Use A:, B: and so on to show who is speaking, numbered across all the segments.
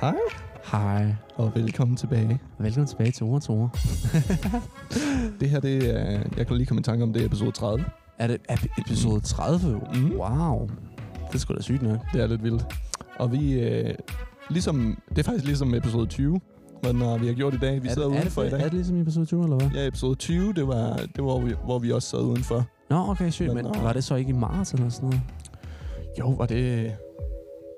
A: Hej.
B: Hej.
A: Og velkommen tilbage.
B: Velkommen tilbage til Ord Tore.
A: Det her, det er... Jeg kan lige komme i tanke om, det er episode 30.
B: Er det er episode 30?
A: Mm.
B: Wow. Det er sgu da sygt nok.
A: Det er lidt vildt. Og vi... Øh, ligesom, det er faktisk ligesom episode 20, hvad når vi har gjort i dag. Vi
B: er,
A: sidder
B: det, er,
A: udenfor
B: det,
A: i dag.
B: er det ligesom i episode 20, eller hvad?
A: Ja, episode 20, det var, det var hvor, vi, hvor vi også sad udenfor.
B: Nå, okay, sygt.
A: Men
B: Men
A: nå.
B: var det så ikke i marts eller sådan noget?
A: Jo, var det...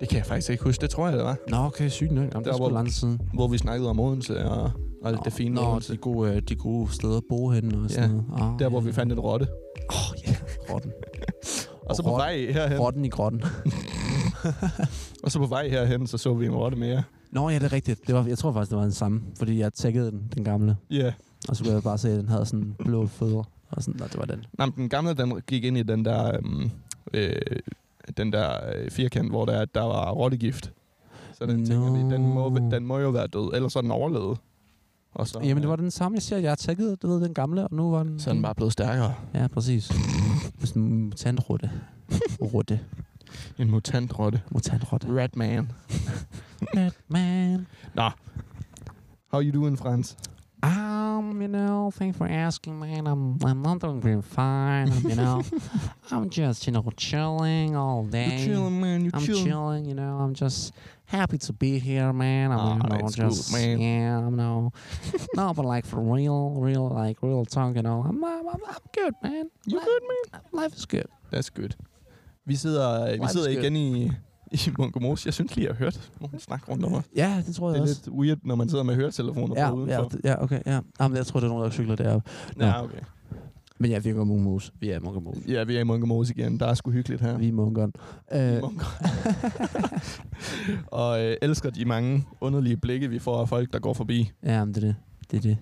A: Det kan jeg faktisk ikke huske. Det tror jeg, det var.
B: Nå, okay, sygt nok. Jamen, det
A: Der
B: er sgu
A: hvor-
B: lang tid siden.
A: Hvor vi snakkede om Odense og, og alt det fine
B: Nå,
A: Odense.
B: de gode, øh, de gode steder at bo henne og sådan
A: Ja,
B: noget. Ah,
A: Der, hvor vi fandt en rotte.
B: Åh, oh, ja. Rotten.
A: Og så på
B: rotten-
A: vej herhen,
B: Rotten i grotten.
A: og så på vej herhen, så så vi en rotte mere.
B: Nå, ja, det er rigtigt. Det var, jeg tror faktisk, det var den samme, fordi jeg tjekkede den, den gamle.
A: Ja. Yeah.
B: Og så kunne jeg bare se, at den havde sådan blå fødder. Og sådan, Nå, det var den.
A: Nej, men den gamle, den gik ind i den der, øhm, øh, den der øh, firkant, hvor der, der var rottegift. Så den no. tænker
B: Nå.
A: de, den må, den må jo være død, ellers er den overlevet. Og så, øh,
B: Jamen, det var den samme, jeg siger. Jeg tjekkede, du ved, den gamle, og nu var den...
A: Så er den bare blevet stærkere.
B: Ja, præcis. Sådan en mutantrutte. Rutte.
A: En mutantrotte.
B: Mutantrutte.
A: Ratman.
B: Man.
A: How you doing, Frans?
B: Um, you know, thanks for asking, man. I'm, I'm not doing very fine, you know. I'm just, you know, chilling all day.
A: You chilling, man. You
B: I'm
A: chilling.
B: chilling, you know. I'm just happy to be here, man. I'm
A: Ah,
B: you know,
A: that's good,
B: just
A: man.
B: yeah, I'm no, no, but like for real, real, like real talk, you know. I'm I'm, I'm, I'm good, man.
A: You
B: Li-
A: good, man?
B: Life is good.
A: That's good. Vi sidder, øh, vi
B: Life's
A: sidder
B: good.
A: igen i, i Munkemos. Jeg synes lige, jeg har hørt nogen snak rundt om os.
B: Ja, det tror
A: Det
B: jeg
A: er
B: også.
A: lidt weird, når man sidder med høretelefoner
B: Ja,
A: på udenfor.
B: ja, d- ja, okay, ja. Jamen, jeg tror, det er nogen, der cykler deroppe. nå.
A: ja, okay.
B: Men ja, vi er munkemos. Vi er munkemos.
A: Ja, vi er i Munkemos igen. Der er sgu hyggeligt her.
B: Vi er munkeren. Øh,
A: Munker. og øh, elsker de mange underlige blikke, vi får af folk, der går forbi.
B: ja, men det er det. Det er det.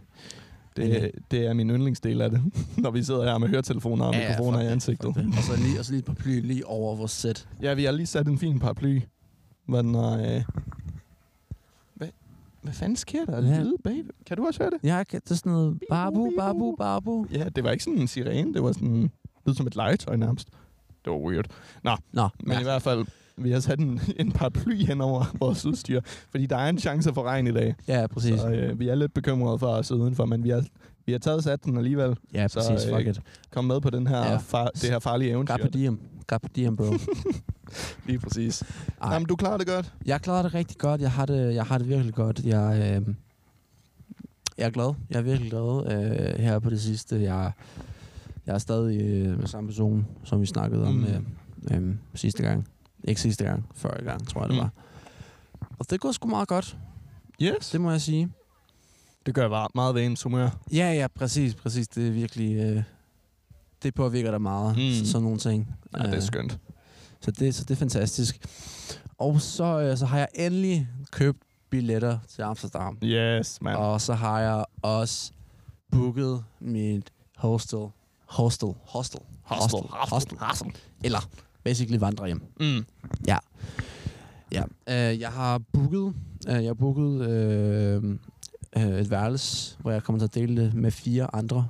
A: Det, det er min yndlingsdel af det, når vi sidder her med høretelefoner og
B: Ja,
A: mikrofoner
B: fuck
A: i
B: det,
A: ansigtet.
B: fuck det. Og så lige, og så lige et par ply lige over vores sæt.
A: Ja, vi har lige sat en fin paraply. Men øh, hvad, hvad fanden sker der?
B: Ja.
A: Ja. Lille baby. Kan du også høre det?
B: Ja, okay, det er sådan noget babu,
A: bibu.
B: babu, babu.
A: Ja, det var ikke sådan en sirene. Det var sådan lyd som et legetøj nærmest. Det var weird.
B: Nå,
A: Men ja. i hvert fald, vi har sat en, en paraply hen over vores udstyr, fordi der er en chance for regn i dag.
B: ja, præcis.
A: Så øh, vi er lidt bekymrede for at sidde udenfor, men vi har, vi har taget satsen alligevel.
B: Ja,
A: Så,
B: præcis.
A: øh,
B: Fuck it.
A: Kom med på den her
B: Ja.
A: ja. far, det her farlige eventyr.
B: Carpe diem. Carpe diem, bro.
A: Lige præcis.
B: Ej.
A: Jamen, du klarer det godt.
B: jeg klarer det rigtig godt. Jeg har det, jeg har det virkelig godt. Jeg, øh, jeg er glad. Jeg er virkelig glad øh, her på det sidste. Jeg, jeg er stadig øh, med samme person, som vi snakkede om
A: Mm.
B: øh, øh, sidste gang. Ikke sidste gang, før gang, tror jeg det
A: Mm.
B: var. Og det går sgu meget godt,
A: Yes.
B: det må jeg sige.
A: Det gør bare meget ved ens humør.
B: Ja, ja, præcis, præcis. Det er virkelig... Øh, det påvirker dig meget,
A: Mm.
B: mm. sådan nogle ting.
A: Ja, det
B: Øh,
A: er skønt.
B: Så det, så det er fantastisk. Og så, øh, så har jeg endelig købt billetter til Amsterdam.
A: Yes, mand.
B: Og så har jeg også booket mit hostel. Hostel. Hostel.
A: Hostel.
B: Hostel. Hostel. Eller basically vandrehjem.
A: Mm.
B: Ja. Øh, jeg har booket, øh, jeg har booket øh, øh, et værelse, hvor jeg kommer til at dele det med fire andre.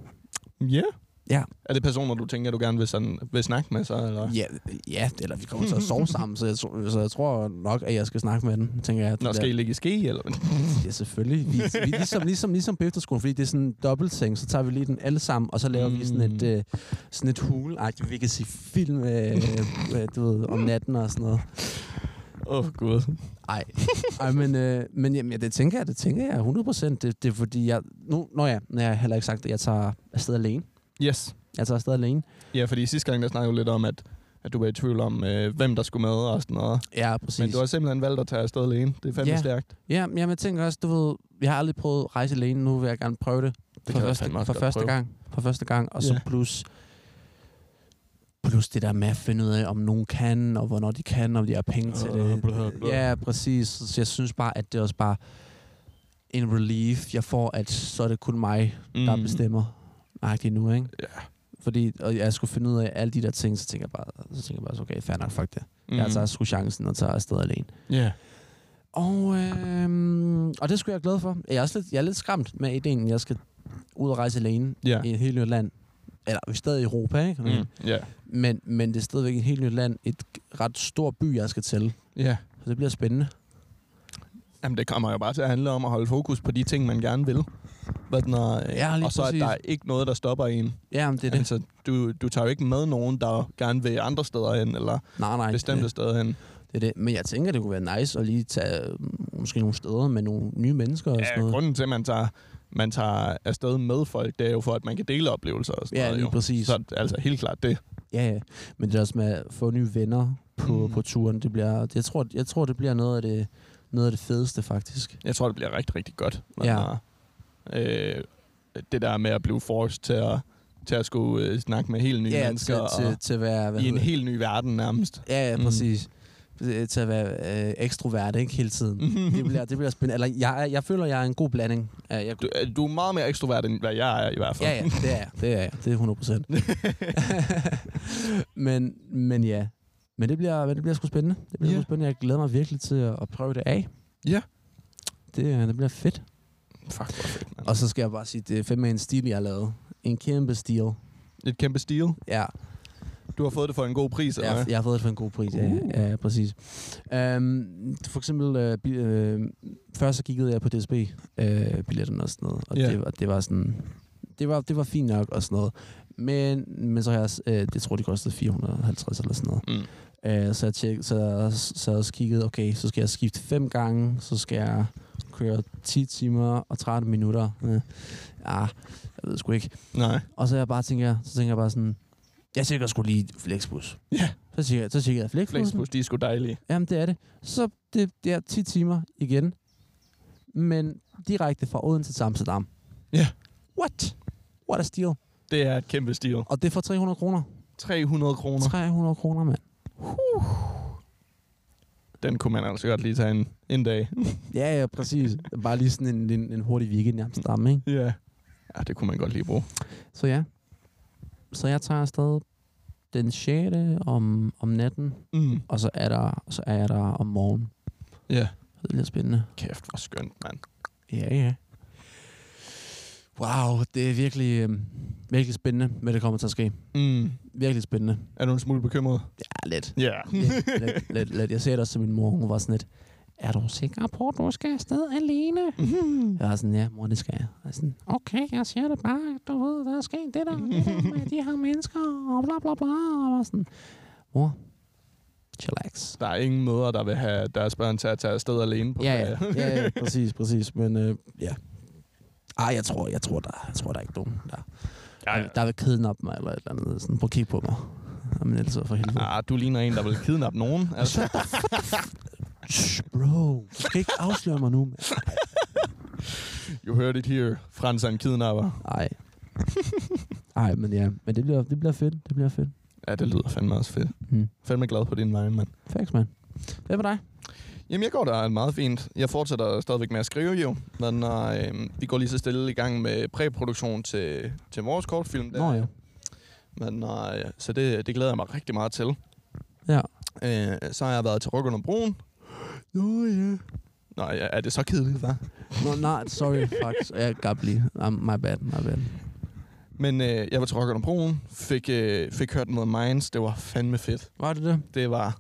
A: Ja.
B: Ja.
A: Er det personer, du tænker, du gerne vil, sådan, vil snakke med så? Eller?
B: Ja, ja, eller vi kommer til at sove sammen, så jeg, tror- så jeg tror nok, at jeg skal snakke med dem, tænker jeg.
A: Nå, skal I ligge i ske, eller hvad?
B: Ja, selvfølgelig. Vi, vi, ligesom, ligesom, ligesom på efterskolen, fordi det er sådan en dobbeltseng, så tager vi lige den alle sammen, og så laver mm. vi sådan et,
A: Mm.
B: øh, sådan et hul. Ej, vi kan se film øh, øh, du ved, om natten og sådan noget.
A: Åh, oh, gud.
B: Ej, Ej men, øh, men jamen, ja, det tænker jeg, det tænker jeg 100%. Det, det er fordi, jeg... Nu, nå ja, jeg har heller ikke sagt, at jeg tager afsted alene.
A: Yes.
B: Jeg tager afsted alene.
A: Ja, fordi sidste gang, der snakkede vi lidt om, at, at du var i tvivl om, øh, hvem der skulle med og sådan noget.
B: Ja, præcis.
A: Men du har simpelthen valgt at tage afsted alene. Det er fandme
B: Ja.
A: stærkt.
B: Ja, men jeg tænker også, du ved, jeg har aldrig prøvet at rejse alene, nu vil jeg gerne prøve det.
A: kan
B: for
A: jeg
B: første,
A: fandme også
B: for
A: godt
B: første
A: prøve.
B: gang. For første gang, og så
A: Ja.
B: plus, plus det der med at finde ud af, om nogen kan, og hvornår de kan, om de har penge til
A: Øh,
B: det.
A: blah, blah.
B: Ja, præcis. Så jeg synes bare, at det er også bare en relief, jeg får, at så er det kun mig, der mm. bestemmer. Agtigt nu, ikke?
A: Mhm. Ja.
B: Fordi og jeg skulle finde ud af alle de der ting, så tænker jeg bare, så tænker jeg bare okay, fair nok, fuck det. Mm.
A: Mhm.
B: Jeg tager sgu chancen og tager afsted alene.
A: Ja.
B: Og, øh, og det skulle jeg glad for. Jeg er, også lidt, jeg er lidt skræmt med ideen, at jeg skal ud og rejse alene
A: Ja.
B: i et helt nyt land. Eller vi er stadig i Europa, ikke?
A: Mm. Ja.
B: Men, men det er stadigvæk et helt nyt land. Et ret stort by, jeg skal til.
A: Ja.
B: Så det bliver spændende.
A: Jamen, det kommer jo bare til at handle om at holde fokus på de ting, man gerne vil. Hvad den er, øh,
B: Ja, lige
A: og så
B: præcis.
A: er der ikke noget, der stopper en.
B: Ja, men det er det.
A: Altså, du, du tager jo ikke med nogen, der gerne vil andre steder hen, eller
B: Nej, nej.
A: bestemte
B: Det,
A: steder hen.
B: det er det. Men jeg tænker, det kunne være nice at lige tage øh, måske nogle steder med nogle nye mennesker og sådan
A: Ja,
B: noget.
A: grunden til, at man tager, man tager afsted med folk, det er jo for, at man kan dele oplevelser og sådan
B: Ja,
A: noget.
B: lige
A: jo.
B: præcis.
A: Så altså helt klart det.
B: Ja, ja. Men det er også med at få nye venner på,
A: Mm.
B: mm. på turen. Det bliver, det, jeg, tror, det- jeg tror, det bliver noget af det, noget af det fedeste, faktisk.
A: Jeg tror, det bliver rigtig, rigtig godt.
B: Ja.
A: har, øh, det der med at blive forced til at, til at skulle øh, snakke med helt nye
B: ja,
A: mennesker
B: til, til, til at være...
A: og,
B: Hvad
A: i en
B: hedder-
A: helt ny verden nærmest.
B: Ja, ja,
A: Mm.
B: præcis. Øh, Til at være øh, ekstrovert, ikke? Hele tiden. det, bliver, det bliver spændende. Eller, jeg, er- jeg føler, jeg er en god blanding. Ja, jeg,
A: Du, øh, du er meget mere ekstrovert, end hvad jeg er i hvert fald.
B: ja, ja, det er jeg. Det er jeg. Det er 100 procent. men, men ja. Men det bliver, men det bliver sgu spændende. Det bliver
A: Ja.
B: yeah. spændende. Jeg glæder mig virkelig til at, at prøve det af.
A: Ja.
B: Det, øh, det bliver fedt.
A: Fuck, hvor fedt, mand.
B: Og så skal jeg bare sige, det er fandme en stil, jeg har lavet. En kæmpe stil.
A: Et kæmpe stil.
B: Ja,
A: Du har fået det for en god pris, eller
B: jeg,
A: hvad?
B: jeg har fået det for en god pris. Ja,
A: Uh.
B: ja, ja præcis. Um, for eksempel, øh, bi- øh, før så kiggede jeg på DSB-billetten øh, og sådan noget, og
A: Ja.
B: yeah. det, var, det var sådan... Det var, det var fint nok og sådan noget. Men, men så har jeg... også, Øh, det tror, de kostede 450 eller sådan noget.
A: Mm.
B: Øh, så jeg tjek, så, jeg- så jeg også kiggede, okay, så skal jeg skifte fem gange, så skal jeg køre 10 timer og 13 minutter. Øh, ja, jeg ved sgu ikke.
A: Nej.
B: Og så jeg bare tænker, så tænker jeg bare sådan, jeg tjekker sgu lige Flexbus.
A: Ja.
B: Så tjekker, jeg- så tjekker jeg Flexbus.
A: Flexbus, de er sgu dejlige.
B: Jamen, det er det. Så det, det er 10 timer igen. Men direkte fra Odense til Amsterdam.
A: Ja.
B: What? What a steal.
A: Det er et kæmpe stil.
B: Og det er for 300 kroner.
A: 300 kroner.
B: 300 kroner, mand.
A: Den kunne man altså godt lige tage en, en dag.
B: Ja, ja, præcis. Bare lige sådan en, en, en hurtig weekend i Amsterdam, ikke?
A: Ja. Ja, det kunne man godt lige bruge.
B: Så ja. Så jeg tager afsted den 6. om, om natten,
A: Mm.
B: og så er, der, så er jeg der om morgenen.
A: Ja.
B: Det bliver spændende.
A: Kæft, hvor skønt, mand.
B: Ja, ja. Wow, det er virkelig, øh, virkelig spændende, hvad det kommer til at ske.
A: Mm.
B: Virkelig spændende.
A: Er du en smule bekymret?
B: Ja, lidt.
A: Ja.
B: Lidt, lidt, lidt, lidt. Jeg ser det også til min mor, hun var sådan lidt, er du sikker på, at du skal afsted alene?
A: Mm-hmm.
B: Jeg var sådan, ja, mor, det skal jeg. Og sådan, okay, jeg siger det bare, du ved, der er sket det der, det der med de her mennesker, og bla bla bla. Og jeg var sådan, mor, chillax.
A: Der er ingen møder, der vil have deres børn til at tage afsted alene på
B: Ja,
A: ferie.
B: ja, ja, ja, præcis, præcis. Men øh, ja. Ej, jeg tror, jeg tror, der, jeg tror, der er ikke nogen, der
A: Ja, ja.
B: Der vil kidnappe mig eller et eller andet. Sådan, prøv at kigge på mig. Jamen ellers er jeg for helvede.
A: Ah, du ligner en, der vil kidnappe nogen. Altså,
B: Shh, bro, du skal ikke afsløre mig nu. mand.
A: you heard it here. Frans er en kidnapper.
B: Ej. Ej, men ja. Men det bliver, det bliver fedt. Det bliver fedt.
A: Ja, det lyder fandme også fedt.
B: Mm.
A: Fandme glad på din vej, mand.
B: Facts, mand. Hvad med dig?
A: Jamen, jeg går der meget fint. Jeg fortsætter stadigvæk med at skrive jo, men øh, vi går lige så stille i gang med præproduktion til, til vores kortfilm. Der.
B: Nå ja.
A: Men, øh, så det, det glæder jeg mig rigtig meget til.
B: Ja.
A: Øh, så har jeg været til Ryk under broen.
B: Nå ja.
A: Nej, er det så kedeligt, hva'?
B: Nå, nej, sorry, fuck. Jeg gab lige. Um, my bad, my bad.
A: Men øh, jeg var til Rock under broen, fik, øh, fik hørt noget Minds, det var fandme fedt.
B: Var det det?
A: Det var...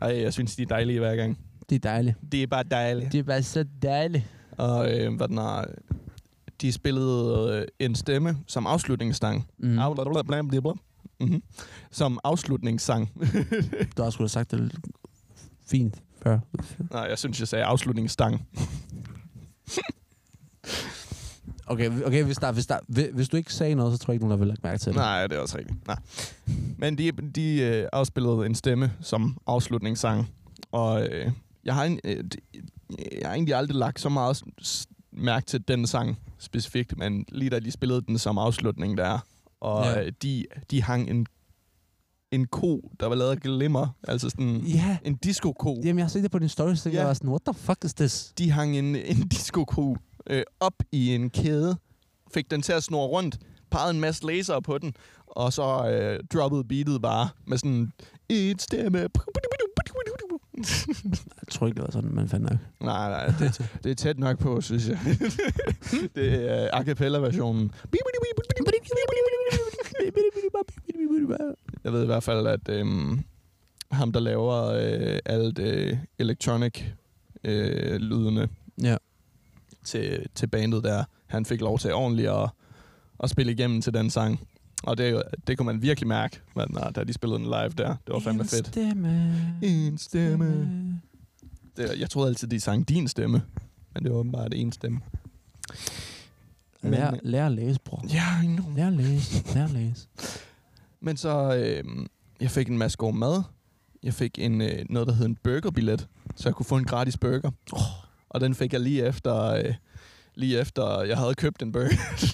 A: Ej, jeg synes, de er dejlige hver gang.
B: Det er dejligt.
A: De er bare dejlige.
B: Det er bare så dejligt.
A: Og øh, hvad den er, de spillede øh, en stemme som afslutningssang.
B: Mm.
A: Mm. Au, bla, bla, bla, bla, bla. Mhm. Som afslutningssang.
B: Du har sgu da sagt det lidt fint før.
A: Nej, jeg synes, jeg sagde afslutningsstang.
B: Okay, okay hvis, der, hvis, der, hvis- hvis du ikke sagde noget, så tror jeg ikke, nogen der vil lægge mærke til det.
A: Nej, det er også rigtigt. Nej. Men de, de øh, afspillede en stemme som afslutningssang. Og øh, jeg, har en, øh, d- jeg har egentlig aldrig lagt så meget s- s- mærke til den sang specifikt, men lige da de spillede den som afslutning der, og
B: Ja.
A: ja. de, de hang en, en ko, der var lavet af glimmer, altså sådan
B: Ja.
A: en disco-ko.
B: Jamen, jeg har set det på din story, så
A: Ja.
B: yeah. jeg var sådan, what the fuck is this?
A: De hang en, en disco-ko øh, op i en kæde, fik den til at snurre rundt, pegede en masse laser på den, og så øh, droppede beatet bare med sådan et stemme.
B: Jeg tror ikke, det var sådan, man fandt nok.
A: Nej, nej, det, det er tæt nok på, synes jeg. det er øh, a cappella-versionen. Jeg ved i hvert fald, at øhm, ham, der laver øh, alt øh, electronic øh, lydene
B: Ja.
A: til, til bandet der. Han fik lov til ordentligt at, at spille igennem til den sang. Og det, er jo- det kunne man virkelig mærke, hvad, når, da de spillede den live der. Det var fandme
B: En
A: fedt.
B: Stemme.
A: En stemme. Det, jeg troede altid, de sang din stemme. Men det var åbenbart en stemme. Men-
B: Lær, lær at læse, bror.
A: Ja, I know.
B: Lær at læse. Lær at læse.
A: Men så, øh, jeg fik en masse god mad. Jeg fik en, øh, noget, der hed en burgerbillet, så jeg kunne få en gratis burger. Oh. Og den fik jeg lige efter, øh, lige efter jeg havde købt en burger.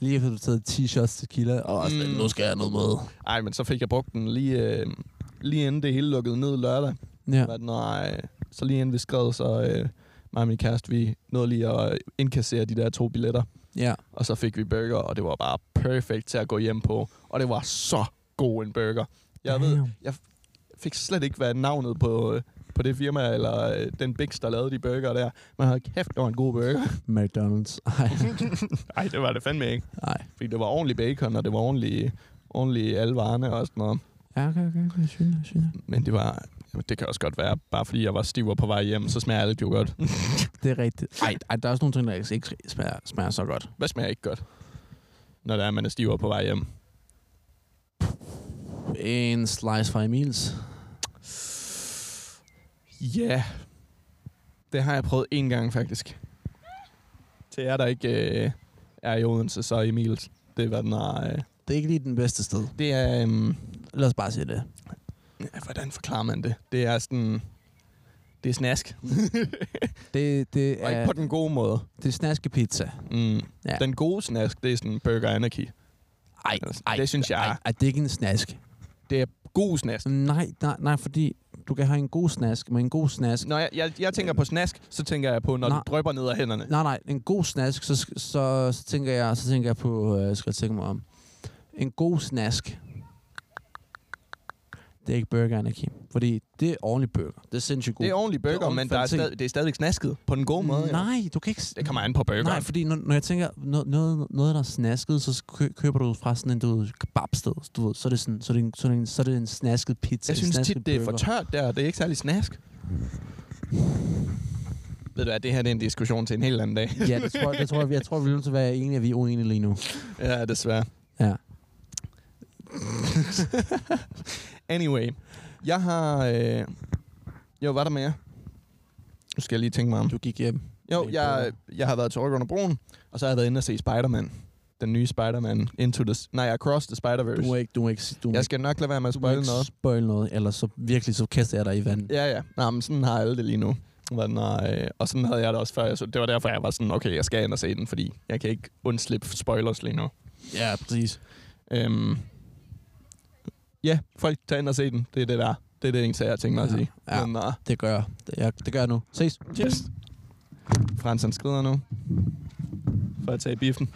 B: Lige efter du har taget t-shirts til kilder, og også,
A: Mm.
B: mm. nu skal jeg have noget med.
A: Ej, men så fik jeg brugt den lige, øh, lige inden det hele lukkede ned lørdag.
B: Ja.
A: Ja. Nej, så lige inden vi skrev, så øh, mig og min kæreste, vi nåede lige at indkassere de der to billetter.
B: ja.
A: Og så fik vi burger, og det var bare perfekt til at gå hjem på. Og det var så god en burger. Jeg ved,
B: Damn.
A: jeg fik slet ikke, hvad navnet på, øh, på det firma, eller øh, den biks, der lavede de burger der. Men hold kæft, det var en god burger.
B: McDonald's. Ej.
A: Nej, det var det fandme ikke.
B: Ej.
A: Fordi det var ordentlig bacon, og det var ordentlig, ordentlig alle varerne og sådan noget.
B: Ja, okay, okay. okay. Jeg synes, jeg synes.
A: Men det var... jamen, Det kan også godt være, bare fordi jeg var stiv og på vej hjem, så smager alt jo godt.
B: Det er rigtigt. Ej, ej, der er også nogle ting, der ikke- ikke smager, smager så godt.
A: Hvad smager ikke godt, når der er, man er stiv og på vej hjem?
B: En slice fra Emils.
A: Ja, yeah. det har jeg prøvet en gang faktisk. Til jer, der ikke øh, er i Odense, så er Emils. Det var den er, øh,
B: Det er ikke lige den bedste sted.
A: Det er... Øhm,
B: Lad os bare sige det.
A: ja, hvordan forklarer man det? Det er sådan... Det er snask.
B: Det, det
A: Og ikke
B: er,
A: på den gode måde.
B: det er snaske pizza.
A: Mm. Ja.
B: Ja.
A: Den gode snask, det er sådan Burger Anarchy.
B: Ej,
A: Ej,
B: ej,
A: det synes jeg.
B: ej,
A: Ej.
B: ej, det er ikke en snask.
A: Det er god snask.
B: Nej, nej, nej, fordi du kan have en god snask, men en god snask...
A: Når jeg, jeg, jeg tænker på snask, så tænker jeg på, når
B: Nej.
A: det drøber ned af hænderne.
B: Nej, nej, en god snask, så, sk- så, så tænker jeg, så tænker jeg på... Øh, jeg skal jeg tænke mig om. En god snask. Det er ikke burger, Anarchy. Fordi det er ordentlig burger. Det er sindssygt god.
A: Det er ordentlig
B: Det er
A: burger, men
B: ordentlig
A: der er
B: kvalitet.
A: stadig, det er stadigvæk snasket på den gode måde. jo.
B: Nej, du kan ikke... s-
A: Det kommer an på burgeren.
B: Nej, fordi når, når jeg tænker, noget, noget, noget der er snasket, så kø- køber du fra sådan en, du ved, kebabsted, du ved, så er det sådan, så er det en, så er det en, så er det en snasket pizza.
A: jeg
B: en
A: synes
B: snasket
A: tit, det er for
B: burger.
A: tørt der, og det er ikke særlig snask. Ved du hvad, det her det er en diskussion til en helt anden dag.
B: Ja, det tror, jeg- det tror jeg, jeg tror, vi er nødt til at være enige, at vi er uenige lige nu.
A: ja, desværre.
B: Ja.
A: Anyway, jeg har... Øh... Jo, hvad er der med jer? Nu skal jeg lige tænke mig om.
B: Du gik hjem.
A: Jo, jeg, jeg har været til Rock under broen, og så har jeg været inde og se Spider-Man. Den nye Spider-Man. Into the... s- Nej, Across the
B: Du må
A: Spider-Verse.
B: ikke, du må ikke, s- du må
A: Jeg
B: ikke,
A: skal nok lade være med at
B: du må
A: spoil
B: ikke
A: noget.
B: spoil noget, eller så virkelig, så kaster jeg dig i vandet.
A: Ja, ja. Nej, men sådan har alle det lige nu. Hvad den er, øh, Og sådan havde jeg det også før. Jeg så, det var derfor, jeg var sådan, okay, jeg skal ind og se den, fordi jeg kan ikke undslippe spoilers lige nu.
B: Ja, præcis.
A: Øhm, ja, folk tager ind og se den. Det er det der. Det er det eneste, jeg har tænkt mig at
B: Ja,
A: sige.
B: ja.
A: Men, uh,
B: Det gør jeg. Det, jeg, det gør jeg nu. Ses.
A: yes. Frans, han skrider nu. For at tage i biffen.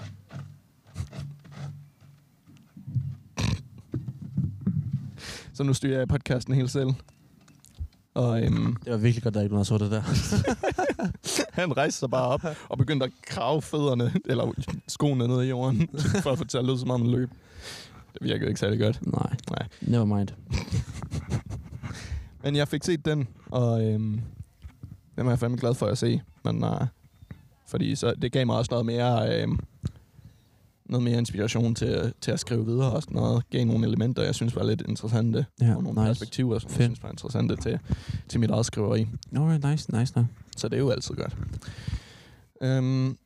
A: Så nu styrer jeg podcasten helt selv. Og øhm,
B: Det var virkelig godt, at der ikke var nogen, der så det der.
A: han rejste sig bare op og begyndte at krave fødderne, eller skoene ned i jorden, for at få det til at lyde som om en løb. Det virkede ikke særlig godt.
B: Nej,
A: Nej.
B: never mind.
A: Men jeg fik set den, og øhm, den var jeg fandme glad for at se. Men nej, fordi så, det gav mig også noget mere, øhm, noget mere inspiration til, til at skrive videre og sådan noget. Gav nogle elementer, jeg synes var lidt interessante.
B: Ja,
A: og nogle
B: nice.
A: perspektiver, som jeg
B: Fedt.
A: synes var interessante til, til mit eget skriveri.
B: Nå, no, nice, nice, nice.
A: Så det er jo altid godt. Øhm,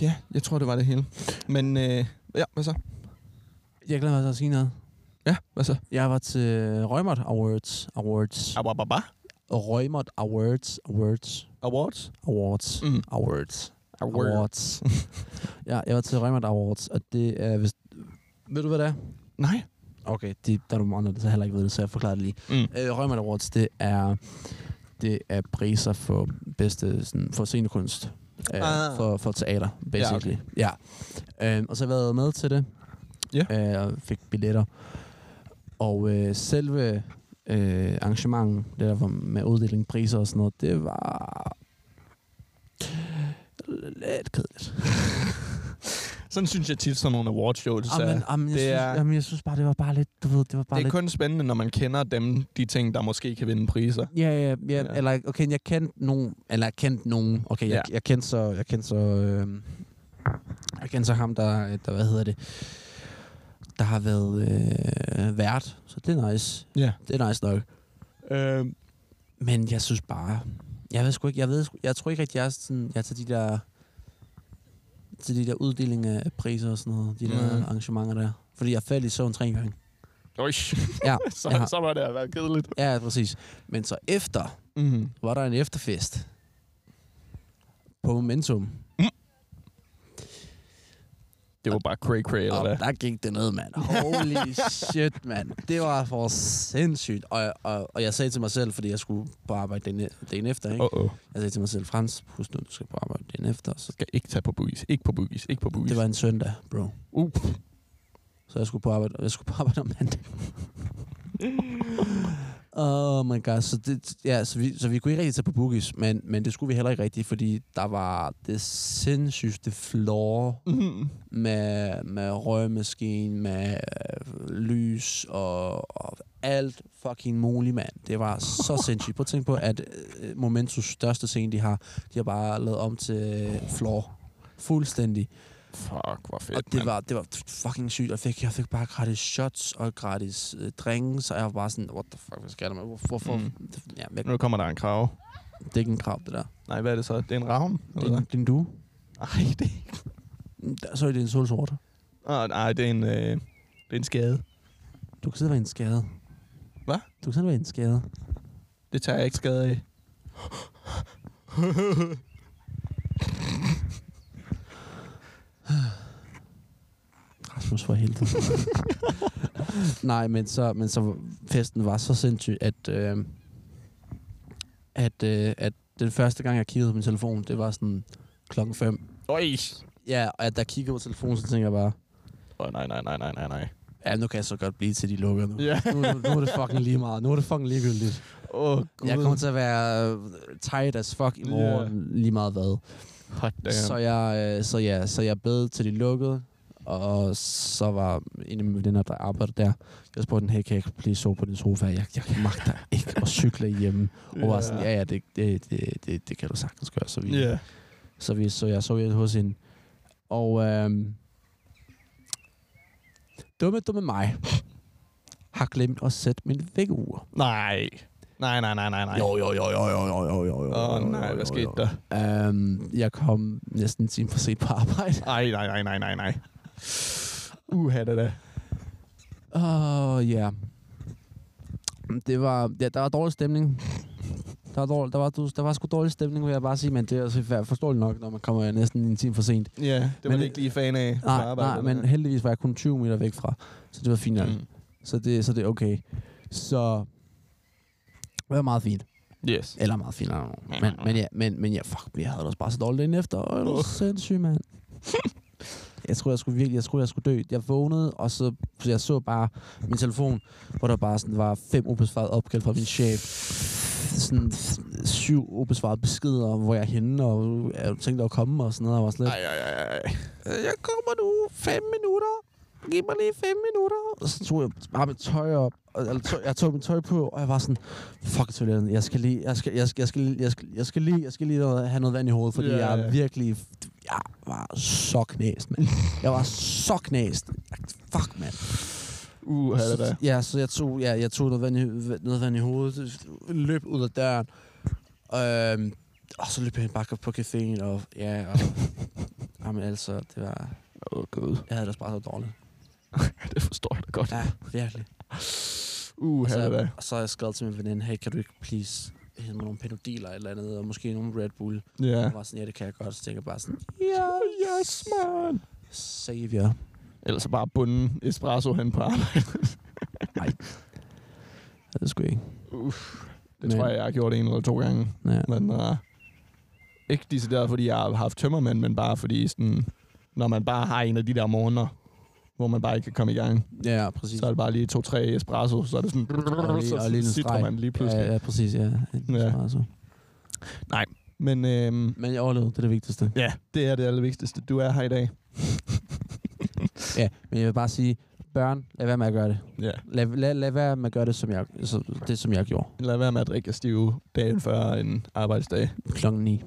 A: ja, jeg tror, det var det hele. Men øh, ja, hvad så?
B: Jeg glæder mig til at sige noget.
A: Ja, hvad så?
B: Jeg var til Rømert Awards. Awards.
A: Abababa.
B: Rømert Awards. Awards.
A: Awards?
B: Awards.
A: Mm.
B: Awards.
A: Award.
B: Awards. ja, jeg var til Rømert Awards, og det er... Hvis, ved du, hvad det er?
A: Nej.
B: Okay, det, der er nogle andre, der heller ikke ved det, så jeg forklarer det lige.
A: Mm.
B: Øh, Rømert Awards, det er, det er priser for bedste sådan, for scenekunst. Øh,
A: Ah.
B: for, for teater, basically. Ja. ja. Øh, og så har jeg været med til det. Øh, og fik billetter. Og øh, selve øh, arrangementet, det der var med uddeling af priser og sådan noget, det var lidt kedeligt.
A: Sådan synes jeg tit, sådan nogle awardshows er.
B: Jamen, jamen, jeg,
A: det
B: synes,
A: er-
B: jamen, jeg synes bare, det var bare lidt, du ved, det var bare
A: Det er
B: lidt...
A: kun spændende, når man kender dem, de ting, der måske kan vinde priser.
B: Ja, ja, ja,
A: Ja.
B: ja. Eller, okay, jeg kendte nogen... Eller jeg kendte nogen... Okay, jeg,
A: Ja.
B: ja. jeg kendte så... Jeg kendte så... Øh, jeg kendte så ham, der, der... Hvad hedder det? Der har været øh, vært. Så det er nice.
A: Ja.
B: Det er nice nok. Øh, men jeg synes bare... Jeg ved sgu ikke... Jeg, ved, sgu- jeg tror ikke rigtig, jeg er sådan... Jeg er til de der... Til de der uddelinger af priser og sådan noget. De der
A: Mm.
B: mm. arrangementer der. Fordi jeg faldt i søvn tre gange.
A: Øj,
B: Ja,
A: så,
B: ja.
A: så var det at være kedeligt.
B: ja, præcis. Men så efter...
A: Mm.
B: var der en efterfest på Momentum.
A: Det var bare cray-cray, eller
B: Og
A: hvad?
B: der gik det ned, mand. Holy shit, mand. Det var for sindssygt. Og, og, og jeg sagde til mig selv, fordi jeg skulle på arbejde dagen, dagen efter, ikke?
A: Åh, oh,
B: Jeg sagde til mig selv, Frans, husk nu, du skal på arbejde dagen efter. Så
A: skal ikke tage på boogies. Ikke på boogies. Ikke på boogies.
B: det var en søndag, bro.
A: Uh.
B: Så jeg skulle på arbejde, jeg skulle på arbejde om mandag. oh my god, så, det, ja, så, vi, så vi kunne ikke rigtig tage på boogies, men, men det skulle vi heller ikke rigtigt, fordi der var det sindssygste floor
A: Mm.
B: med, med røgmaskine, med øh, lys og, og alt fucking muligt, mand. Det var så sindssygt. Prøv at tænke på, at øh, Momentos største scene, de har, de har bare lavet om til øh, floor. Fuldstændig.
A: Fuck, hvor fedt,
B: Og det
A: mand.
B: var, det var fucking sygt. Jeg fik, jeg fik bare gratis shots og gratis øh, drinks, og jeg var bare sådan, what the fuck, hvad sker der med? Hvor- Hvorfor?
A: Mm.
B: Mm. Ja, jeg,
A: Nu kommer der en krave.
B: det er ikke en krav, det der.
A: Nej, hvad er det så? Det er en ravn?
B: Det er
A: Eller?
B: en, det er en due.
A: Nej, det,
B: Så er det en solsort.
A: oh, nej, det er en, øh, det er en skade.
B: Du kan sidde og være en skade.
A: Hvad?
B: Du kan sidde og være en skade.
A: Det tager jeg ikke skade af.
B: Rasmus for helvede. Nej, men så, men så festen var så sindssyg, at, øh, at, øh, at den første gang, jeg kiggede på min telefon, det var sådan klokken 5.
A: Øj.
B: Ja, og at der kiggede på telefonen, så tænker jeg bare,
A: Åh, nej, nej, nej, nej, nej, nej.
B: ja, nu kan jeg så godt blive til de lukker nu.
A: Ja.
B: Nu, nu, nu er det fucking lige meget. Nu er det fucking ligegyldigt.
A: Åh, oh, gud.
B: Jeg kommer til at være øh, tired as fuck i morgen, yeah. lige meget hvad.
A: Hot damn.
B: Så jeg, øh, så ja, så jeg bed til de lukkede, og så var en af mine veninder, der arbejdede der. Jeg spurgte den, hey, kan jeg ikke blive sove på din sofa? Jeg, jeg magter ikke at cykle hjemme. Og var sådan, ja, ja, det, det, det, det, det kan du sagtens gøre. Så, vi,
A: Ja.
B: så, vi, så jeg sov hjemme hos hende. Og øhm, dumme, dumme mig har glemt at sætte min vækkeur.
A: Nej. Nej, nej, nej, nej, nej.
B: Jo, jo, jo, jo, jo, jo, jo, jo, jo.
A: Åh, oh, nej, hvad skete der?
B: der? Øhm, jeg kom næsten en time for sent på arbejde.
A: Ej, nej, nej, nej, nej, nej. Uha, det da.
B: Åh, oh, ja. Yeah. Det var, ja, der var dårlig stemning. Der var, dårlig, der, var, der var sgu dårlig stemning, vil jeg bare sige, men det er altså forståeligt nok, når man kommer næsten en time for sent.
A: Ja, det var
B: Men-
A: men, ikke lige fan af. på
B: Nej,
A: arbejde,
B: nej,
A: eller
B: men heldigvis var jeg kun 20 meter væk fra, så det var fint
A: hvad?
B: nok. Mm.
A: Mm.
B: Så, det, så det er okay. Så det var meget fint.
A: Yes.
B: Eller meget fint, I don't know. men, men, ja, men, men ja, fuck, jeg havde det også bare så dårligt dagen efter. Åh, det
A: Uh.
B: var sindssygt, mand. Jeg tror, jeg skulle virkelig, jeg tror, jeg skulle dø. Jeg vågnede, og så, så jeg så bare min telefon, hvor der bare sådan var fem ubesvarede opkald fra min chef. Sådan syv ubesvarede beskeder, hvor jeg er henne, og jeg tænkte at komme og sådan noget. Og jeg var sådan lidt,
A: Ej, ej, ej, ej.
B: "Øh, jeg kommer nu, fem minutter. Giv mig lige fem minutter. Og så tog jeg bare mit tøj op. Og, eller, tøj, jeg tog mit tøj på, og jeg var sådan, fuck toilettet, jeg skal lige, jeg skal, jeg skal, jeg skal, lige- jeg skal, jeg skal lige, jeg skal lige noget, have noget vand i hovedet, fordi
A: Ja,
B: yeah, jeg
A: ja.
B: er virkelig, jeg var så knæst, mand. Jeg var så knæst. Fuck, mand.
A: Uha, det da.
B: Så- Ja, så jeg tog, ja, jeg tog noget, vand i, noget vand i hovedet, løb ud af døren, øhm, og så løb jeg bare op på caféen, og ja, og, jamen altså, det var,
A: Åh, gud.
B: jeg havde det også bare så dårligt.
A: Det forstår jeg da godt.
B: Ja, virkelig. Og
A: Uha,
B: så,
A: det da.
B: og så har jeg skrevet til min veninde, hey, kan du ikke please hente mig nogle penodiler eller andet, og måske nogle Red Bull.
A: Ja.
B: Ja. Og var sådan, ja, det kan jeg godt. Så tænker jeg bare sådan,
A: Ja, yes, man.
B: savior.
A: Ellers så bare bunden espresso hen på arbejde.
B: Ja, det skulle jeg ikke.
A: Det
B: Men-
A: tror jeg, jeg har gjort en eller to gange.
B: Ja.
A: Men uh, ikke decideret, fordi jeg har haft tømmermænd, men bare fordi, sådan, når man bare har en af de der morgener, hvor man bare ikke kan komme i gang,
B: ja, præcis.
A: så er det bare lige to-tre espresso, så er det sådan,
B: og lige, og lige en
A: så sidder
B: streg.
A: man lige pludselig.
B: Ja, ja, præcis, ja.
A: Ja.
B: ja. Altså.
A: Men øhm,
B: Men jeg overlevede, det er det vigtigste.
A: ja, det er det allervigtigste. Du er her i dag.
B: Ja, men jeg vil bare sige, børn, lad være med at gøre det.
A: Ja.
B: Lad, lad, lad være med at gøre det, som jeg, så, det, som jeg gjorde
A: Lad være med at drikke jer stive dagen før en arbejdsdag.
B: klokken 9.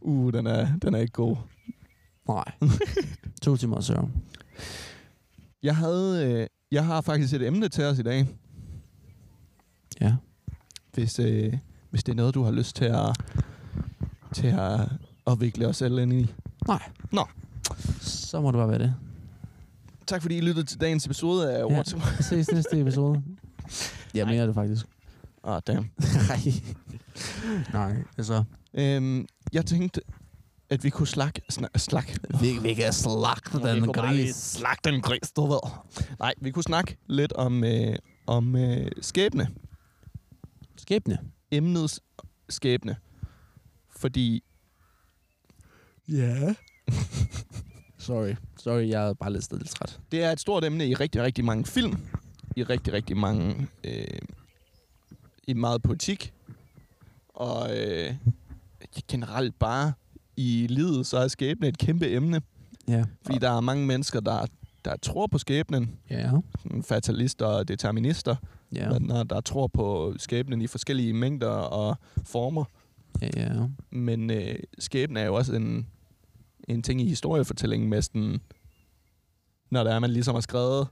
A: Uh, den er, den er ikke god.
B: Nej. to timer søvn.
A: Jeg, havde, øh, jeg har faktisk et emne til os i dag,
B: Ja.
A: hvis, øh, hvis det er noget, du har lyst til at, til at, at vikle os alle ind i.
B: Så må det bare være det.
A: Tak fordi I lyttede til dagens episode af
B: Ja.
A: What to...
B: Vi ses næste episode. Jeg mener det faktisk.
A: Ah, damn.
B: Nej. Nej, altså.
A: Øhm, jeg tænkte, at vi kunne slak... Snak, slak.
B: Vi, vi kan slagte
A: Vi kunne bare lige Slak den gris, du ved. Nej, vi kunne snakke lidt om, øh, om øh, skæbne.
B: Skæbne.
A: Emnets skæbne. Fordi... Ja.
B: Sorry. Sorry, jeg er bare lidt stadig træt.
A: Det er et stort emne i rigtig, rigtig mange film. I rigtig, rigtig mange... Øh, I meget politik. Og øh, generelt bare i livet, så er skæbne et kæmpe emne.
B: Ja.
A: Fordi der er mange mennesker, der, der tror på skæbnen.
B: Ja.
A: Sådan Fatalister og determinister.
B: Ja.
A: Ja. Der, der tror på skæbnen i forskellige mængder og former.
B: Ja, ja.
A: Men øh, skæbnen er jo også en, en ting i historiefortællingen med sådan... Når der er, man ligesom har skrevet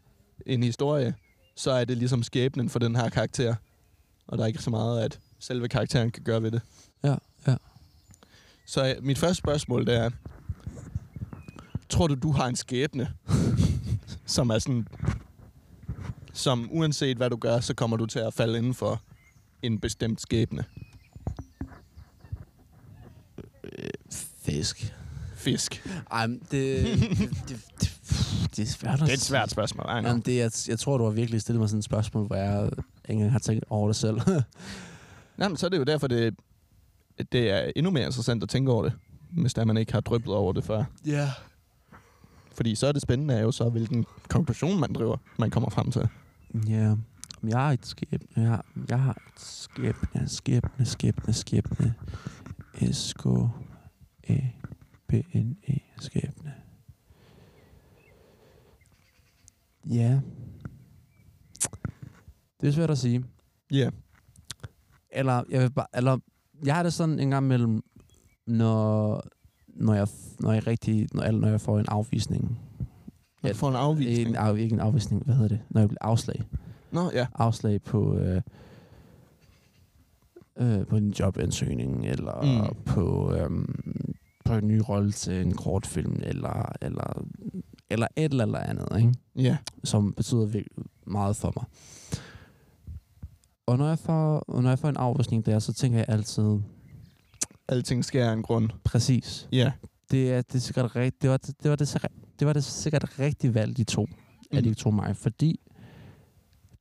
A: en historie, så er det ligesom skæbnen for den her karakter. Og der er ikke så meget, at selve karakteren kan gøre ved det.
B: Ja, ja.
A: Så øh, mit første spørgsmål, det er... Tror du, du har en skæbne, som er sådan... Som uanset hvad du gør, så kommer du til at falde inden for en bestemt skæbne?
B: Øh, Fisk.
A: Fisk.
B: Ej, men det, det, det, det, det er svært at
A: Det er et svært spørgsmål. Ej,
B: Jamen, det, jeg, jeg tror, du har virkelig stillet mig sådan et spørgsmål, hvor jeg ikke engang har tænkt over det selv.
A: Jamen, så er det jo derfor, det, det er endnu mere interessant at tænke over det, hvis der man ikke har drøblet over det før.
B: ja.
A: Fordi så er det spændende er jo så, hvilken konklusion man driver, man kommer frem til.
B: Ja. Om Jeg har et skæbne. Jeg har, jeg har et skæbne, skæbne, skæbne, skæbne. s k æ b n e skæbne. Ja. Det er svært at sige.
A: Ja. Yeah.
B: Eller jeg, vil bare, eller, jeg har det sådan en gang mellem, når, når, jeg, når, jeg rigtig, når, eller når jeg får en afvisning.
A: Når
B: Ja,
A: du får en
B: En,
A: afvisning.
B: af, ikke en afvisning, hvad hedder det? Når jeg bliver afslag.
A: Nå, ja.
B: afslag på, øh, øh, på en jobansøgning, eller
A: Mm.
B: mm. på, øh, på en ny rolle til en kortfilm, eller, eller, eller et eller andet, ikke?
A: Ja.
B: som betyder virkelig meget for mig. Og når jeg får, og når jeg får en afvisning der, så tænker jeg altid,
A: Alting sker af en grund.
B: præcis,
A: Ja.
B: det, er, det, er sikkert rigt, det, var, det, var det, sikkert- det var det sikkert rigtigt valg, de to, mm. af
A: Mm.
B: de to mig, fordi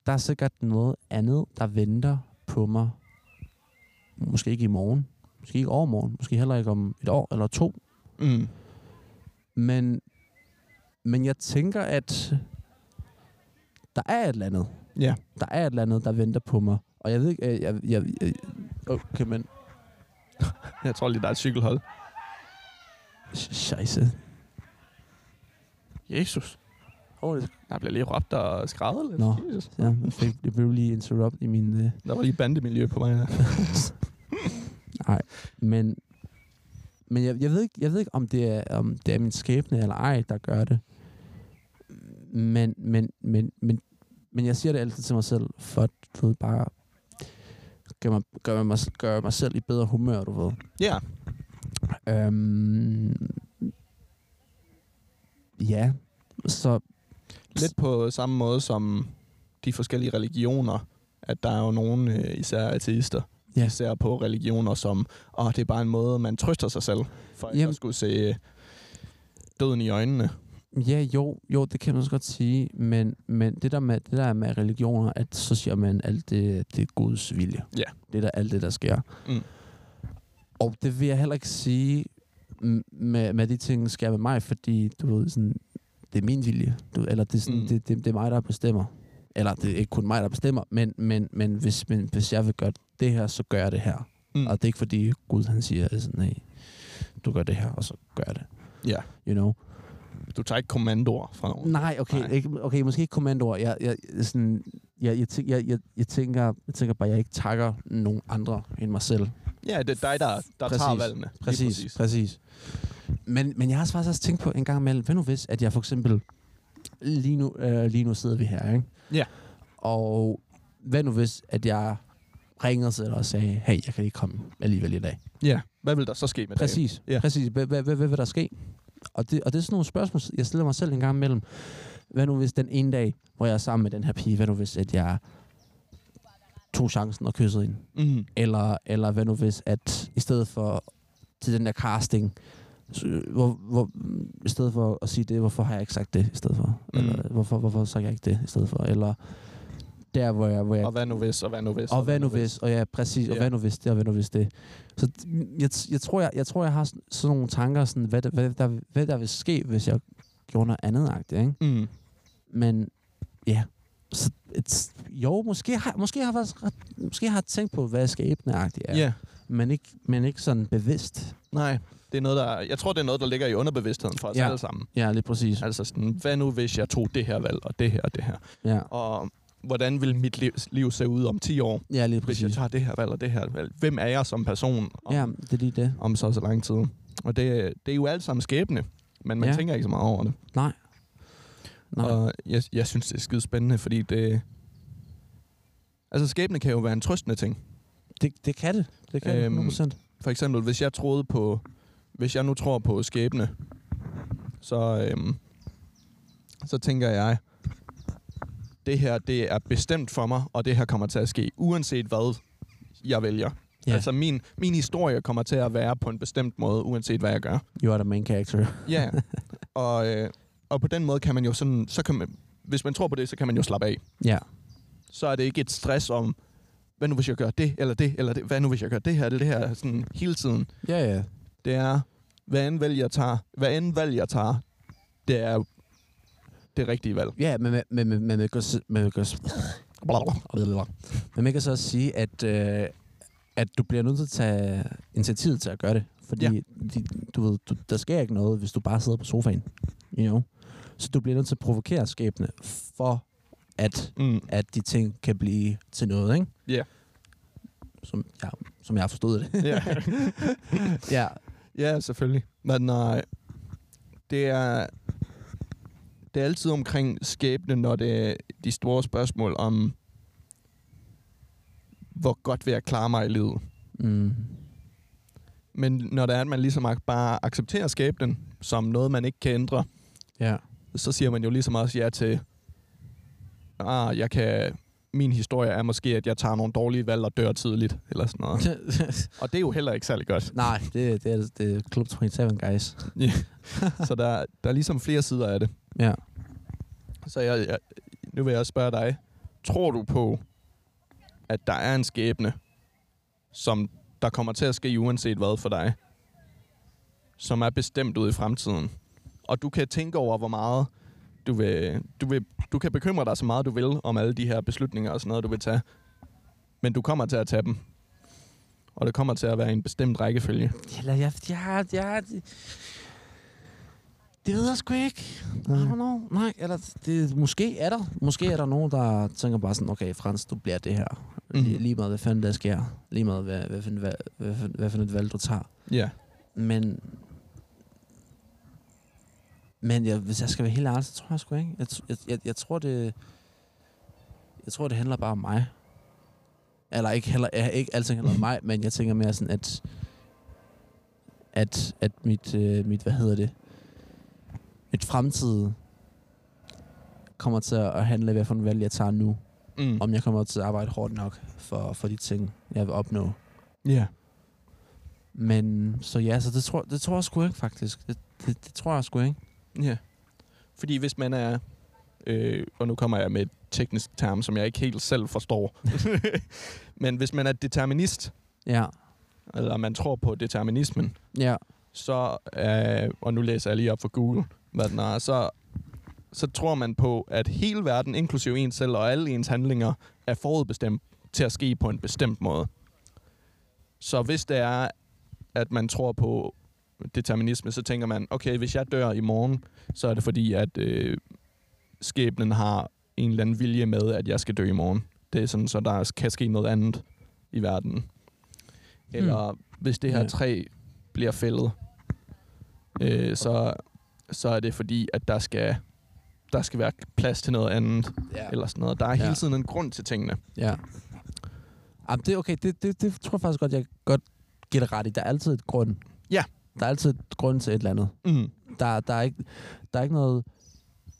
B: der er sikkert noget andet, der venter på mig, måske ikke i morgen, måske ikke overmorgen, måske heller ikke om et år eller to,
A: Mm.
B: men, men jeg tænker, at der er et eller andet.
A: Ja.
B: Der er et eller andet, der venter på mig. Og jeg ved ikke... øh, Jeg, jeg, jeg, okay, men...
A: Jeg tror lige, der er et cykelhold.
B: Scheisse.
A: Jesus.
B: Oh,
A: Der bliver lige råbt og skræddet lidt.
B: Nå.
A: Jesus.
B: ja, jeg, fik, jeg blev lige interrupt i min... Øh,
A: Der var lige bandemiljø på mig. her.
B: Nej, men, men jeg, jeg, ved ikke, jeg ved ikke, om det, er, om det er min skæbne eller ej, der gør det. Men, men, men, men, men jeg siger det altid til mig selv, for at, du ved, bare gør mig, gør, mig, gør mig selv i bedre humør, du ved.
A: Ja.
B: Øhm, ja, så
A: Lidt på samme måde som de forskellige religioner, at der er jo nogen, øh, især ateister,
B: Ja.
A: især på religioner, som, åh, det er bare en måde, man trøster sig selv, for ikke
B: Jamen.
A: at skulle se øh, døden i øjnene.
B: Ja, jo, jo, det kan man også godt sige, men, men det der med, det der er med religioner, at så siger man alt det, det er Guds vilje.
A: Ja.
B: Det der alt det, der sker.
A: Mm.
B: Og det vil jeg heller ikke sige m- med, med de ting, der sker med mig, fordi du ved, sådan, det er min vilje, du, eller det er, sådan,
A: Mm.
B: mm. det, det, det er mig, der bestemmer. Eller det er ikke kun mig, der bestemmer, men, men, men, hvis, men hvis jeg vil gøre det her, så gør jeg det her.
A: Mm.
B: Mm. Og det er ikke fordi Gud han siger, sådan, nej, du gør det her, og så gør jeg det
A: Ja.
B: you know.
A: Du tager ikke kommandoer fra nogen.
B: Nej, okay,
A: Nej.
B: Nej. Ikke, okay måske ikke kommandoer. Jeg, jeg, jeg- sådan, jeg, jeg, tænker, jeg, jeg, jeg, tænker, jeg tænker bare, at jeg ikke takker nogen andre end mig selv.
A: Ja, det er dig, der, der
B: Præcis.
A: tager valgene. Lige
B: Præcis, præcis. præcis. Men, men jeg har også faktisk også tænkt på en gang imellem, hvad nu hvis, at jeg for eksempel, lige nu, øh, lige nu sidder vi her, ikke?
A: Ja.
B: Og hvad nu hvis, at jeg ringede til dig og sagde, hey, jeg kan ikke komme alligevel i dag.
A: Ja, hvad vil der så ske med det?
B: Præcis,
A: Ja.
B: ja. præcis. Hvad hvad- hvad- hvad vil der ske? Og det, og det er sådan nogle spørgsmål, jeg stiller mig selv en gang imellem. Hvad nu hvis den ene dag, hvor jeg er sammen med den her pige, hvad nu hvis, at jeg tog chancen og kyssede hende?
A: Mm.
B: Eller, eller hvad nu hvis, at i stedet for til den der casting, så, hvor, hvor, i stedet for at sige det, hvorfor har jeg ikke sagt det i stedet for?
A: Mm.
B: Eller hvorfor, hvorfor sagde jeg ikke det i stedet for? Eller der, hvor jeg, hvor jeg
A: Og hvad nu hvis, og hvad nu hvis.
B: og hvad nu hvis? Og ja, præcis. Og
A: Ja.
B: hvad nu hvis det, og hvad nu hvis det? Så t- jeg, t- jeg, tror, jeg, jeg tror, jeg har sådan- sådan nogle tanker, sådan, hvad, der- hvad, der, hvad der vil ske, hvis jeg gjorde noget andet agtigt, ikke?
A: Mm.
B: Men ja, så, et, jo, måske har, måske har jeg faktisk ret- måske har jeg tænkt på, hvad skæbne agtigt
A: Ja.
B: er.
A: ja.
B: Men, ikke, men ikke sådan bevidst.
A: Nej, det er noget, der, jeg tror, det er noget, der ligger i underbevidstheden for os ja.
B: Ja.
A: alle sammen.
B: Ja, lige præcis.
A: Altså sådan, hvad nu hvis jeg tog det her valg, og det her, og det her?
B: Ja,
A: Og hvordan vil mit liv, liv se ud om 10 år,
B: ja lige
A: hvis jeg
B: præcis.
A: tager det her valg, og det her valg? Hvem er jeg som person om,
B: Ja, det er lige det.
A: om så og så lang tid? Og det, det er jo alt sammen skæbne, men man ja.
B: Ja.
A: tænker ikke så meget over det.
B: Nej. Nej.
A: Og jeg, jeg synes, det er skide spændende, fordi det... Altså skæbne kan jo være en trøstende ting.
B: Det, det kan det. Det kan
A: Øhm,
B: øhm, det, 100%.
A: For eksempel, hvis jeg troede på... Hvis jeg nu tror på skæbne, så, øhm, så tænker jeg, det her det er bestemt for mig, og det her kommer til at ske, uanset hvad jeg vælger. Ja.
B: Ja,
A: Altså min, min historie kommer til at være på en bestemt måde, uanset hvad jeg gør.
B: you are the main character.
A: Ja, og, øh, og på den måde kan man jo sådan... Så kan man, hvis man tror på det, så kan man jo slappe af.
B: Ja,
A: så er det ikke et stress om, hvad nu hvis jeg gør det, eller det, eller det, hvad nu hvis jeg gør det her, eller det her, sådan hele tiden.
B: ja, ja.
A: Det er, hvad end valg jeg tager, hvad end valg jeg tager, det er jo det rigtige valg.
B: Ja, men man, man, man, man, vil godt s- man, vil godt s- men man kan så også sige, at, øh, at du bliver nødt til at tage initiativet til at gøre det. Fordi
A: Ja.
B: ja. de, du ved, du, der sker ikke noget, hvis du bare sidder på sofaen. You know? Så du bliver nødt til at provokere skæbne, for at,
A: Mm.
B: at de ting kan blive til noget, ikke?
A: Ja.
B: Som, ja, som jeg har forstået det.
A: Ja.
B: ja.
A: ja, selvfølgelig. Men nej, det er, det er altid omkring skæbne, når det er de store spørgsmål om, hvor godt vil jeg klare mig i livet.
B: Mm.
A: Men når det er, at man ligesom ak- bare accepterer skæbnen som noget, man ikke kan ændre,
B: Ja.
A: så siger man jo ligesom også ja til, ah, jeg kan, min historie er måske, at jeg tager nogle dårlige valg og dør tidligt, eller sådan noget. Og det er jo heller ikke særlig godt.
B: Nej, det, det, er, det er Club 27, guys.
A: Så der, der er ligesom flere sider af det.
B: Ja.
A: Så jeg, jeg, nu vil jeg også spørge dig, tror du på, at der er en skæbne, som der kommer til at ske uanset hvad for dig, som er bestemt ud i fremtiden? Og du kan tænke over, hvor meget du vil, du vil, du kan bekymre dig så meget, du vil om alle de her beslutninger og sådan noget, du vil tage. Men du kommer til at tage dem. Og det kommer til at være i en bestemt rækkefølge.
B: Eller jeg, jeg, jeg, det ved jeg sgu ikke. I don't know. Nej, eller det, måske er der. Måske er der nogen, der tænker bare sådan, okay, Frans, du bliver det her.
A: Mhm.
B: Mm. Lige, lige meget, hvad fanden der sker. Lige meget, hvad, hvad, fanden, hvad, hvad, fanden- hvad fanden et valg, du tager.
A: Ja.
B: Men... Men jeg, hvis jeg skal være helt ærlig, så tror jeg sgu ikke. Jeg, tr- jeg, jeg, jeg tror, det... Jeg tror, det handler bare om mig. Eller ikke, heller, ja, ikke alting handler om mig, men jeg tænker mere sådan, at... At, at mit, øh, mit, hvad hedder det? Mit fremtid kommer til at handle, hvad for en valg jeg tager nu.
A: Mm.
B: Om jeg kommer til at arbejde hårdt nok for, for de ting, jeg vil opnå.
A: Ja.
B: Men så ja, så det tror, det tror jeg sgu ikke faktisk. Det, det, det tror jeg sgu ikke.
A: Ja. Fordi hvis man er... Øh, og nu kommer jeg med et teknisk term, som jeg ikke helt selv forstår. Men hvis man er determinist,
B: Ja.
A: eller man tror på determinismen,
B: Ja.
A: så øh, og nu læser jeg lige op for Google, hvad den er, så, så tror man på, at hele verden, inklusive en selv og alle ens handlinger, er forudbestemt til at ske på en bestemt måde. Så hvis det er, at man tror på, determinisme, så tænker man, okay, hvis jeg dør i morgen, så er det fordi, at øh, skæbnen har en eller anden vilje med, at jeg skal dø i morgen. Det er sådan, så der kan ske noget andet i verden. Eller hvis det her
B: Ja.
A: træ bliver fældet, øh, så, så er det fordi, at der skal, der skal være plads til noget andet.
B: Ja.
A: Eller sådan noget. Der er hele
B: Ja.
A: tiden en grund til tingene.
B: ja. Jamen, det er okay. Det, det, det tror jeg faktisk godt, jeg kan godt give dig ret i. Der er altid et grund.
A: Ja.
B: Der er altid et grund til et eller andet.
A: Mm.
B: Der, der, er, ikke, der er ikke noget...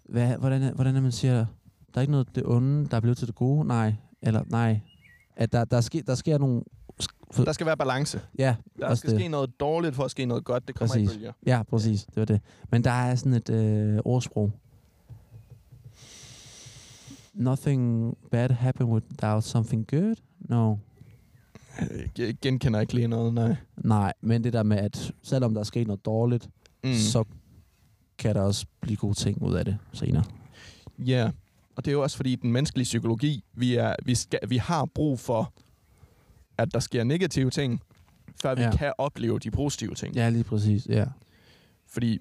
B: Hvad, hvordan, er- hvordan er man siger det? Der er ikke noget det onde, der er blevet til det gode. Nej. Eller nej. At der, der, sker, der sker nogle...
A: Der skal være balance.
B: Ja,
A: Der
B: Også
A: skal
B: det.
A: ske noget dårligt for at ske noget godt. Det kommer
B: Præcis.
A: i bølger.
B: ja, præcis. Det var det. Men der er sådan et øh, ordsprog. Nothing bad happened without something good. No.
A: Jeg Øh, genkender ikke lige noget, nej.
B: Nej, men det der med, at selvom der er sket noget dårligt, mm. så kan der også blive gode ting ud af det senere.
A: Ja, yeah. og det er jo også fordi i den menneskelige psykologi, vi, er, vi, skal, vi har brug for, at der sker negative ting, før vi
B: Ja.
A: ja. kan opleve de positive ting.
B: Ja, lige præcis. Ja.
A: Fordi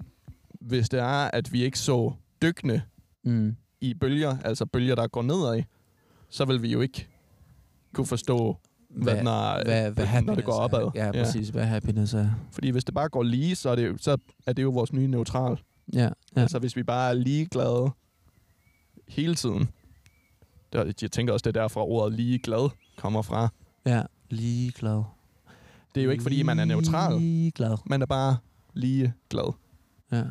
A: hvis det er, at vi ikke så dykkene
B: Mm.
A: i bølger, altså bølger, der går nedad, så vil vi jo ikke kunne forstå, hvad, hvad, når,
B: hvad,
A: når
B: hvad
A: det
B: happiness
A: går
B: er.
A: opad.
B: Ja, præcis. Hvad happiness er.
A: Fordi hvis det bare går lige, så er det, jo- så er det jo vores nye neutral.
B: Ja, ja.
A: Ja. Altså hvis vi bare er ligeglade hele tiden. Der, jeg tænker også, det er derfra ordet ligeglad kommer fra.
B: ja. Ligeglad.
A: Det er jo ikke, fordi man er neutral.
B: Ligeglad.
A: Man er bare ligeglad.
B: Ja.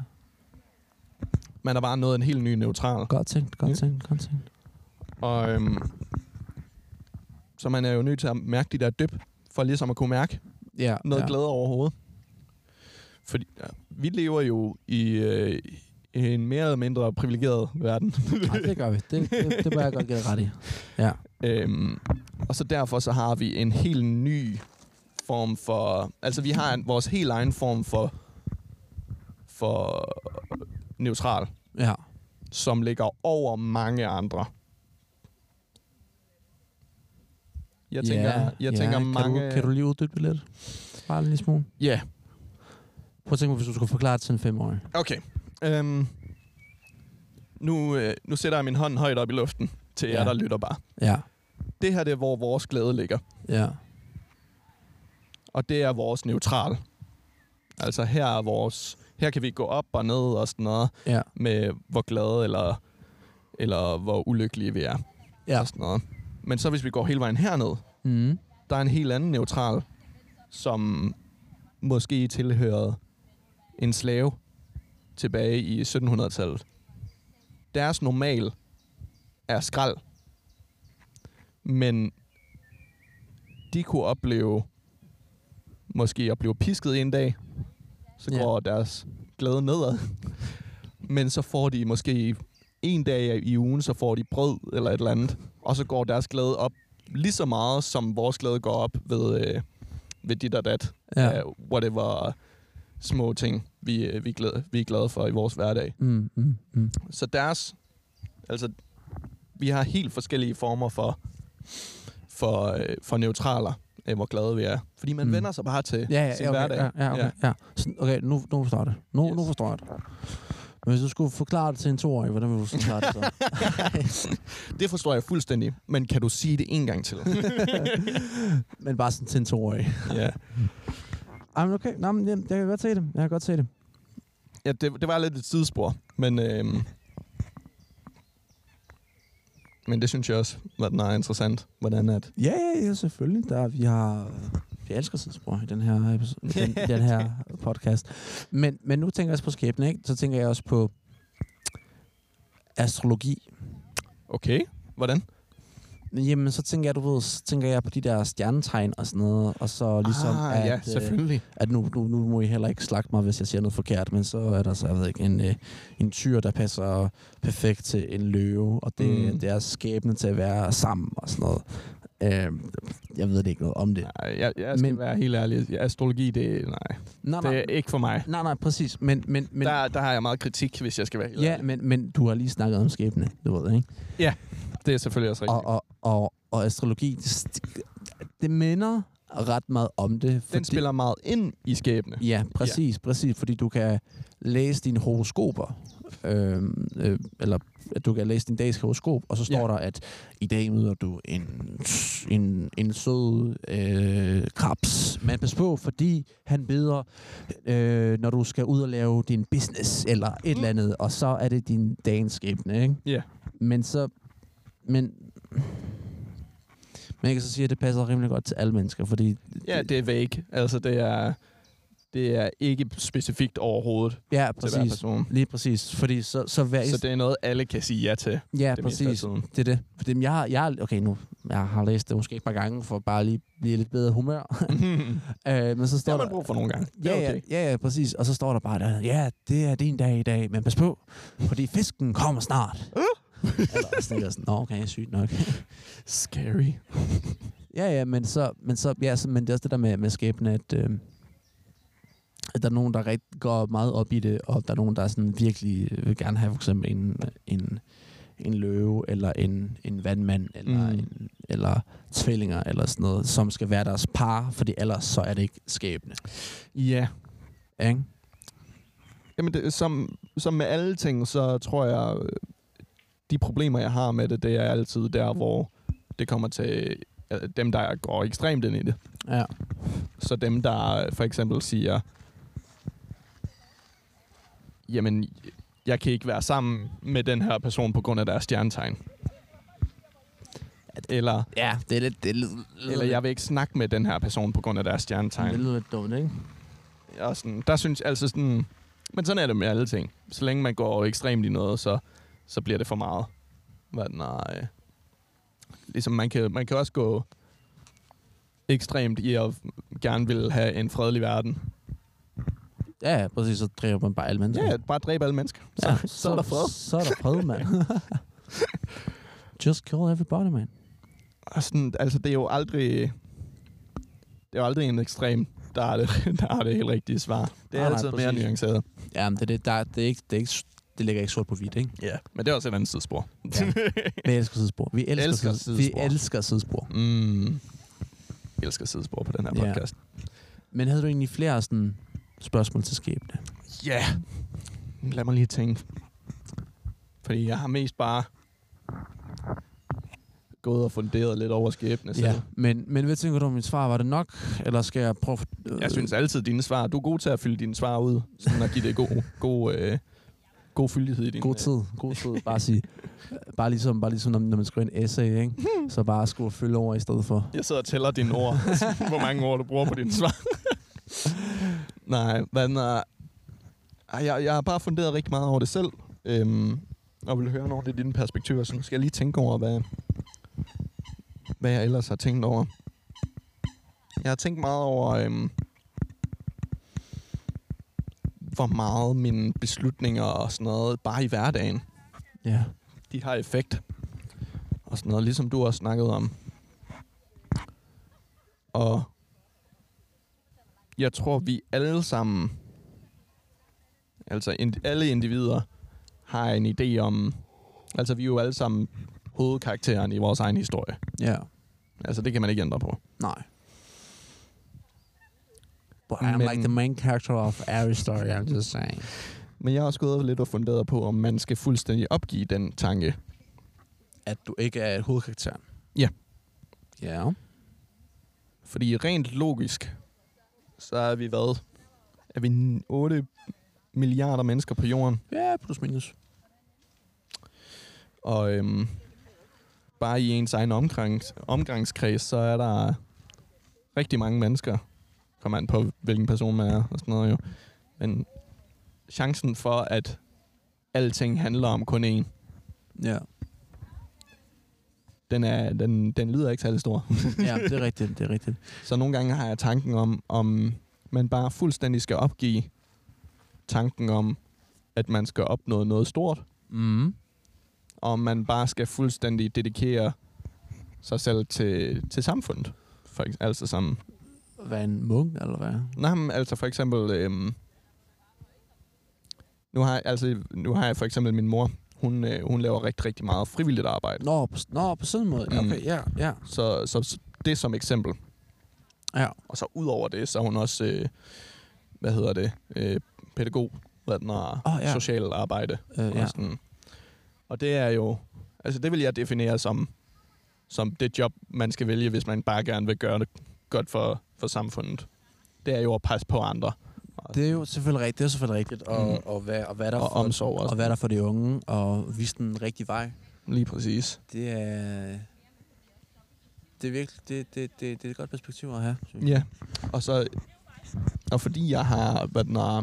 A: Man er bare noget en helt ny neutral.
B: Godt tænkt, godt
A: Ja.
B: tænkt, godt tænkt.
A: Og, øhm, så man er jo nødt til at mærke de der dyb, for ligesom at kunne mærke
B: Ja,
A: noget
B: ja.
A: ja. glæde overhovedet. Fordi ja, vi lever jo i øh, en mere eller mindre privilegeret verden.
B: Nej, det gør vi. Det, det, det må jeg godt give dig ret i.
A: Øhm, og så derfor så har vi en helt ny form for... Altså vi har en, vores helt egen form for, for neutral,
B: Ja.
A: som ligger over mange andre. Jeg tænker,
B: ja,
A: jeg tænker
B: kan
A: mange...
B: Du, kan du lige uddybe det lidt? Bare en lille smule.
A: Ja,
B: Prøv at tænke mig, hvis du skulle forklare det til en femårig.
A: okay. Øhm, nu, øh, nu sætter jeg min hånd højt op i luften til jer,
B: Ja.
A: der lytter bare.
B: Ja,
A: Det her det er, hvor vores glæde ligger.
B: ja.
A: og det er vores neutral. Altså her er vores, her kan vi gå op og ned og sådan noget
B: Ja.
A: med hvor glade eller eller hvor ulykkelige vi er
B: Ja.
A: og sådan noget. Men så hvis vi går hele vejen herned,
B: Mm.
A: der er en helt anden neutral, som måske tilhørede en slave tilbage i 1700-tallet. Deres normal er skrald. Men de kunne opleve måske at blive pisket en dag, så
B: Ja.
A: går deres glæde nedad. Men så får de måske en dag i ugen, så får de brød eller et eller andet, og så går deres glæde op lige så meget, som vores glæde går op ved, øh, ved dit og dat.
B: Ja.
A: Af whatever små ting, vi, øh, vi, er glade, vi er glade for i vores hverdag.
B: Mm, mm, mm.
A: Så deres... Altså, vi har helt forskellige former for, for, øh, for neutraler, af hvor glade vi er. Fordi man
B: Mm.
A: mm. vender sig bare til
B: Ja, ja,
A: sin
B: ja, okay,
A: hverdag.
B: ja, ja, okay, ja. Sådan, okay, nu, nu forstår jeg det. Nu, yes. nu
A: Yes.
B: forstår jeg det. Men hvis du skulle forklare det til en toårig, hvordan ville du forklare det så?
A: Det forstår jeg fuldstændig, men kan du sige det en gang til?
B: Men bare sådan til en toårig.
A: ja.
B: Ej, men okay. Nå, men jeg, jeg kan godt se det. Jeg kan godt se det.
A: ja det, det var lidt et sidespor, men... Øhm, men det synes jeg også var den er interessant, hvordan at...
B: Ja, ja, ja selvfølgelig. Der, vi har... Vi elsker sidespor i den her, episode, i den, i den her podcast. Men, men nu tænker jeg også på skæbne, ikke? Så tænker jeg også på astrologi.
A: Okay, hvordan?
B: Jamen, så tænker jeg, du ved, så tænker jeg på de der stjernetegn og sådan noget, og så ligesom,
A: ah,
B: at,
A: ja,
B: øh,
A: selvfølgelig.
B: at nu, nu, nu må I heller ikke slagte mig, hvis jeg siger noget forkert, men så er der så, jeg ved ikke, en, øh, en tyr, der passer perfekt til en løve, og det, mm.
A: Mm.
B: det er skæbne til at være sammen og sådan noget. Øh, jeg ved det ikke noget om det.
A: Nej, jeg, jeg skal
B: Men-
A: men, være helt ærlig. Astrologi, det, nej,
B: Nej,
A: det
B: nej,
A: er ikke for mig.
B: nej, nej, præcis, men... men, men
A: Men, der, der har jeg meget kritik, hvis jeg skal være helt
B: Ja,
A: ærlig.
B: men, men du har lige snakket om skæbne, du ved, ikke?
A: Det er selvfølgelig også rigtigt.
B: Og, og, og, og astrologi, det, det minder ret meget om det.
A: Den spiller meget ind i skæbne.
B: Ja, præcis, ja. præcis, fordi du kan læse dine horoskoper, øh, øh, eller at du kan læse din dags horoskop, og så står
A: Ja.
B: ja. der, at i dag møder du en, en, en sød øh, krabs. Men pas på, fordi han beder, øh, når du skal ud og lave din business, eller et eller andet, og så er det din dagens skæbne, ikke?
A: Ja.
B: Men så... Men, men jeg kan så sige, at det passer rimelig godt til alle mennesker, fordi...
A: Ja, det er væk. Altså, det er, det er ikke specifikt overhovedet
B: ja
A: Præcis. til hver
B: præcis.
A: person.
B: Lige præcis, fordi så, så hver...
A: Så det er noget, alle kan sige ja til.
B: ja,
A: det meste af
B: præcis.
A: tiden.
B: Det er det. Fordi jeg, har- jeg, har- okay, nu, jeg har læst det måske et par gange, for bare lige blive lidt bedre humør. øh, men så
A: det
B: står
A: har
B: der,
A: man brug for nogle gange. Det er
B: Ja,
A: okay.
B: ja, ja, ja, præcis. Og så står der bare der, ja, det er din dag i dag, men pas på, fordi fisken kommer snart. Eller sådan, noget, sådan, Nå, okay, sygt nok.
A: Scary.
B: Ja, ja, men så, men så, ja, så, men det er også det der med, med skæbne, at, øh, at der er nogen, der rigtig går meget op i det, og der er nogen, der sådan virkelig øh, vil gerne have for eksempel en, en, en løve, eller en, en vandmand, eller,
A: Mm.
B: mm. en, eller tvillinger, eller sådan noget, som skal være deres par, fordi ellers så er det ikke skæbne.
A: Ja.
B: Ikke?
A: Jamen, det, som, som med alle ting, så tror jeg, øh, de problemer, jeg har med det, det er altid der, hvor det kommer til øh, dem, der går ekstremt ind i det.
B: Ja.
A: Så dem, der for eksempel siger, jamen, jeg kan ikke være sammen med den her person på grund af deres stjernetegn. Eller,
B: Ja, det er lidt... Det er lidt
A: eller jeg vil ikke snakke med den her person på grund af deres stjernetegn.
B: Det lyder lidt dumt, ikke?
A: og sådan, der synes jeg altså sådan, men sådan er det med alle ting. Så længe man går ekstremt i noget, så, så bliver det for meget. Men nej. øh, Ligesom man kan, man kan også gå ekstremt i at gerne vil have en fredelig verden.
B: Ja, ja, præcis. Så driver man bare alle mennesker.
A: Ja, bare dræbe alle mennesker. Så, ja, så, så er der fred.
B: Så er der fred, mand. Just kill everybody, man.
A: Og sådan, altså, det er jo aldrig... Det er jo aldrig en ekstrem, der er det, der er det helt rigtige svar. Det er
B: Nej, nej,
A: altid mere
B: præcis.
A: nuanceret.
B: Ja, men det, er det, der, det, er ikke, det, er ikke, det ligger ikke sort på hvidt, ikke?
A: Ja, men det er også et andet sidespor.
B: Ja. Vi elsker sidespor. Vi elsker,
A: Elsker
B: elsker sidespor.
A: sidespor.
B: Vi elsker sidespor.
A: Mm. Jeg elsker sidespor på den her
B: Ja.
A: podcast.
B: Men havde du egentlig flere sådan, spørgsmål til skæbne?
A: Ja. Yeah. Lad mig lige tænke. Fordi jeg har mest bare gået og funderet lidt over skæbne. selv.
B: Ja, men, men hvad tænker du om mit svar? Var det nok? Eller skal jeg prøve... øh,
A: Jeg synes altid, dine svar... Du er god til at fylde dine svar ud, sådan at give det god, god, øh, god fyldighed i din... øh,
B: God tid, god tid. Bare sige, bare ligesom, bare ligesom når, når man skriver en essay, ikke? så bare skrive følge over i stedet for.
A: Jeg sidder og tæller dine ord. hvor mange ord, du bruger på dine svar. Nej, men... Øh, ej, jeg, jeg har bare funderet rigtig meget over det selv. Øhm, og vil høre nogle af dine perspektiver, så nu skal jeg lige tænke over, hvad, hvad jeg ellers har tænkt over. Jeg har tænkt meget over, øhm, hvor meget mine beslutninger og sådan noget, bare i hverdagen,
B: Ja.
A: de har effekt. Og sådan noget, ligesom du også snakkede om. Og jeg tror, vi alle sammen, altså ind, alle individer, har en idé om, altså vi er jo alle sammen hovedkarakteren i vores egen historie.
B: Ja.
A: Altså det kan man ikke ændre på.
B: Nej. But I'm
A: Men-
B: Men... like the main character of every story, I'm just saying.
A: Men jeg har også gået lidt og funderet på, om man skal fuldstændig opgive den tanke.
B: At du ikke er hovedkarakteren.
A: Ja.
B: Ja.
A: Fordi rent logisk, så er vi hvad? Er vi 8 milliarder mennesker på jorden?
B: Ja, plus minus.
A: Og øhm, bare i ens egen omgangs, omgangskreds, så er der rigtig mange mennesker. Kommer an på, hvilken person man er og sådan noget jo. Men chancen for, at alting handler om kun én,
B: Ja.
A: den, er, den, den lyder ikke særlig stor.
B: ja, det er rigtigt, det er rigtigt.
A: Så nogle gange har jeg tanken om, om man bare fuldstændig skal opgive tanken om, at man skal opnå noget stort,
B: Mm.
A: og om man bare skal fuldstændig dedikere sig selv til, til samfundet. For, eks- altså som
B: Hvad en munk, eller hvad?
A: Nej, men altså for eksempel... Øhm, nu, har jeg, altså, nu har jeg for eksempel min mor. Hun, øh, hun laver rigtig, rigtig meget frivilligt arbejde.
B: Nå, på, nå, på sådan en måde.
A: Mm.
B: Okay, ja, ja.
A: Så, så s- det som eksempel.
B: Ja.
A: Og så ud over det, så er hun også, øh, hvad hedder det, øh, pædagog, hvad den er,
B: Åh,
A: oh,
B: ja.
A: ja. social arbejde.
B: Øh,
A: Og,
B: ja.
A: sådan. og det er jo, altså det vil jeg definere som, som det job, man skal vælge, hvis man bare gerne vil gøre det godt for, for samfundet. Det er jo at passe på andre. Og,
B: Det er jo selvfølgelig rigtigt, det er selvfølgelig rigtigt, og,
A: Mhm.
B: og, hvad, Mm. og hvad der
A: og
B: for,
A: omsorg også.
B: og hvad der for de unge, og vise den rigtige vej.
A: Lige præcis.
B: Det er... Det er virkelig, det, det, det, det er et godt perspektiv at have. synes jeg.
A: Ja. Og så, og fordi jeg har, hvad den er,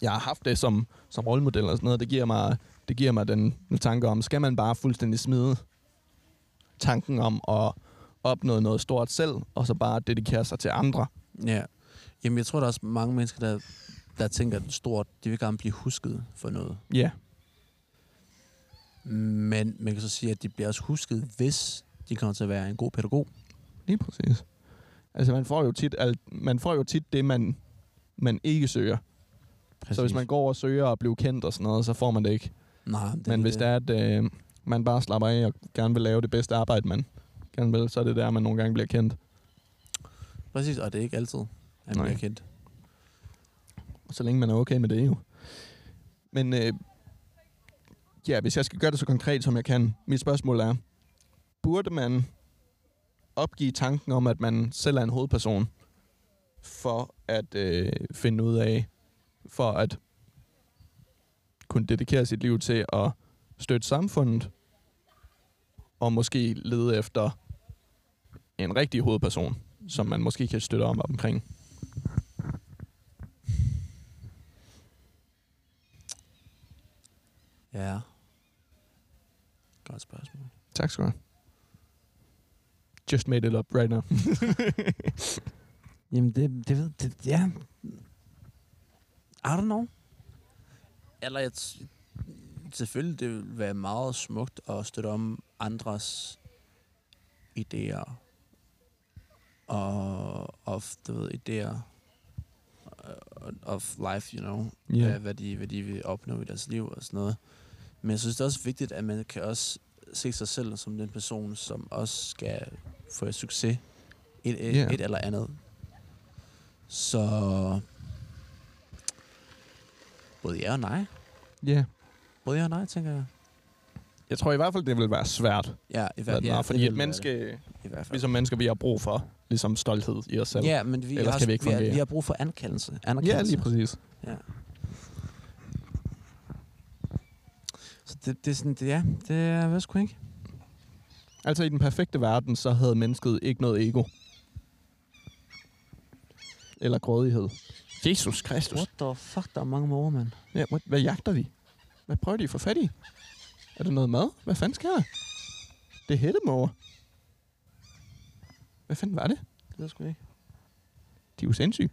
A: jeg har haft det som, som rollemodel og sådan noget, det giver mig, det giver mig den tanke om, skal man bare fuldstændig smide tanken om at opnå noget stort selv, og så bare dedikere sig til andre.
B: Ja. Jamen, jeg tror, der er også mange mennesker, der, der tænker stort, de vil gerne blive husket for noget.
A: Ja. Yeah.
B: Men man kan så sige, at de bliver også husket, hvis de kommer til at være en god pædagog.
A: Lige præcis. Altså man får jo tit, alt, man får jo tit det, man, man ikke søger. Præcis.
B: Præcis.
A: Så hvis man går og søger og bliver kendt og sådan noget, så får man det ikke.
B: Nej, det
A: Det Men
B: lige
A: hvis det
B: det.
A: er, at øh, man bare slapper af og gerne vil lave det bedste arbejde, man gerne vil, så er det der, man nogle gange bliver kendt.
B: Præcis, og det er ikke altid, at man
A: Nej.
B: bliver kendt.
A: Så længe man er okay med det jo. Men øh, ja, hvis jeg skal gøre det så konkret, som jeg kan, mit spørgsmål er, burde man opgive tanken om, at man selv er en hovedperson, for at øh, finde ud af, for at kunne dedikere sit liv til at støtte samfundet, og måske lede efter en rigtig hovedperson, som man måske kan støtte om omkring.
B: Ja. Godt spørgsmål.
A: Tak skal du have. Just made it up right now.
B: Jamen, det, det ved det, ja. I don't know. Eller jeg t- selvfølgelig, det vil være meget smukt at støtte om andres idéer og of, du ved, idéer øh, of life, you know, yeah. hvad, hvad, de, hvad de vil opnå i deres liv og sådan noget. Men jeg synes, det er også vigtigt, at man kan også se sig selv som den person, som også skal få et succes. Et, et,
A: Ja.
B: yeah. et eller andet. Så... Både ja og nej.
A: Ja.
B: Både ja og nej, tænker jeg.
A: Jeg tror i hvert fald, det vil være svært.
B: Ja, i
A: Hvad
B: hvert,
A: ja,
B: ja,
A: er,
B: det
A: fordi
B: vil
A: et
B: være
A: menneske,
B: det, I hvert fald.
A: vi som mennesker, vi har brug for ligesom stolthed i os selv.
B: Ja, men vi,
A: Ellers
B: har,
A: kan vi ikke
B: vi, har,
A: fungere.
B: vi har brug for anerkendelse.
A: ja
B: anerkendelse.
A: lige præcis.
B: Så det, det er sådan, det, ja, det er hvad sgu ikke.
A: Altså i den perfekte verden, så havde mennesket ikke noget ego. Eller grådighed. Jesus Kristus.
B: What the fuck, der er mange måger, mand.
A: Ja, what? Hvad jagter de? Hvad prøver de at få fat i? Er det noget mad? Hvad fanden sker der? Det er hættemåger. Hvad fanden var det?
B: Det er sgu ikke.
A: De er jo sindssyge.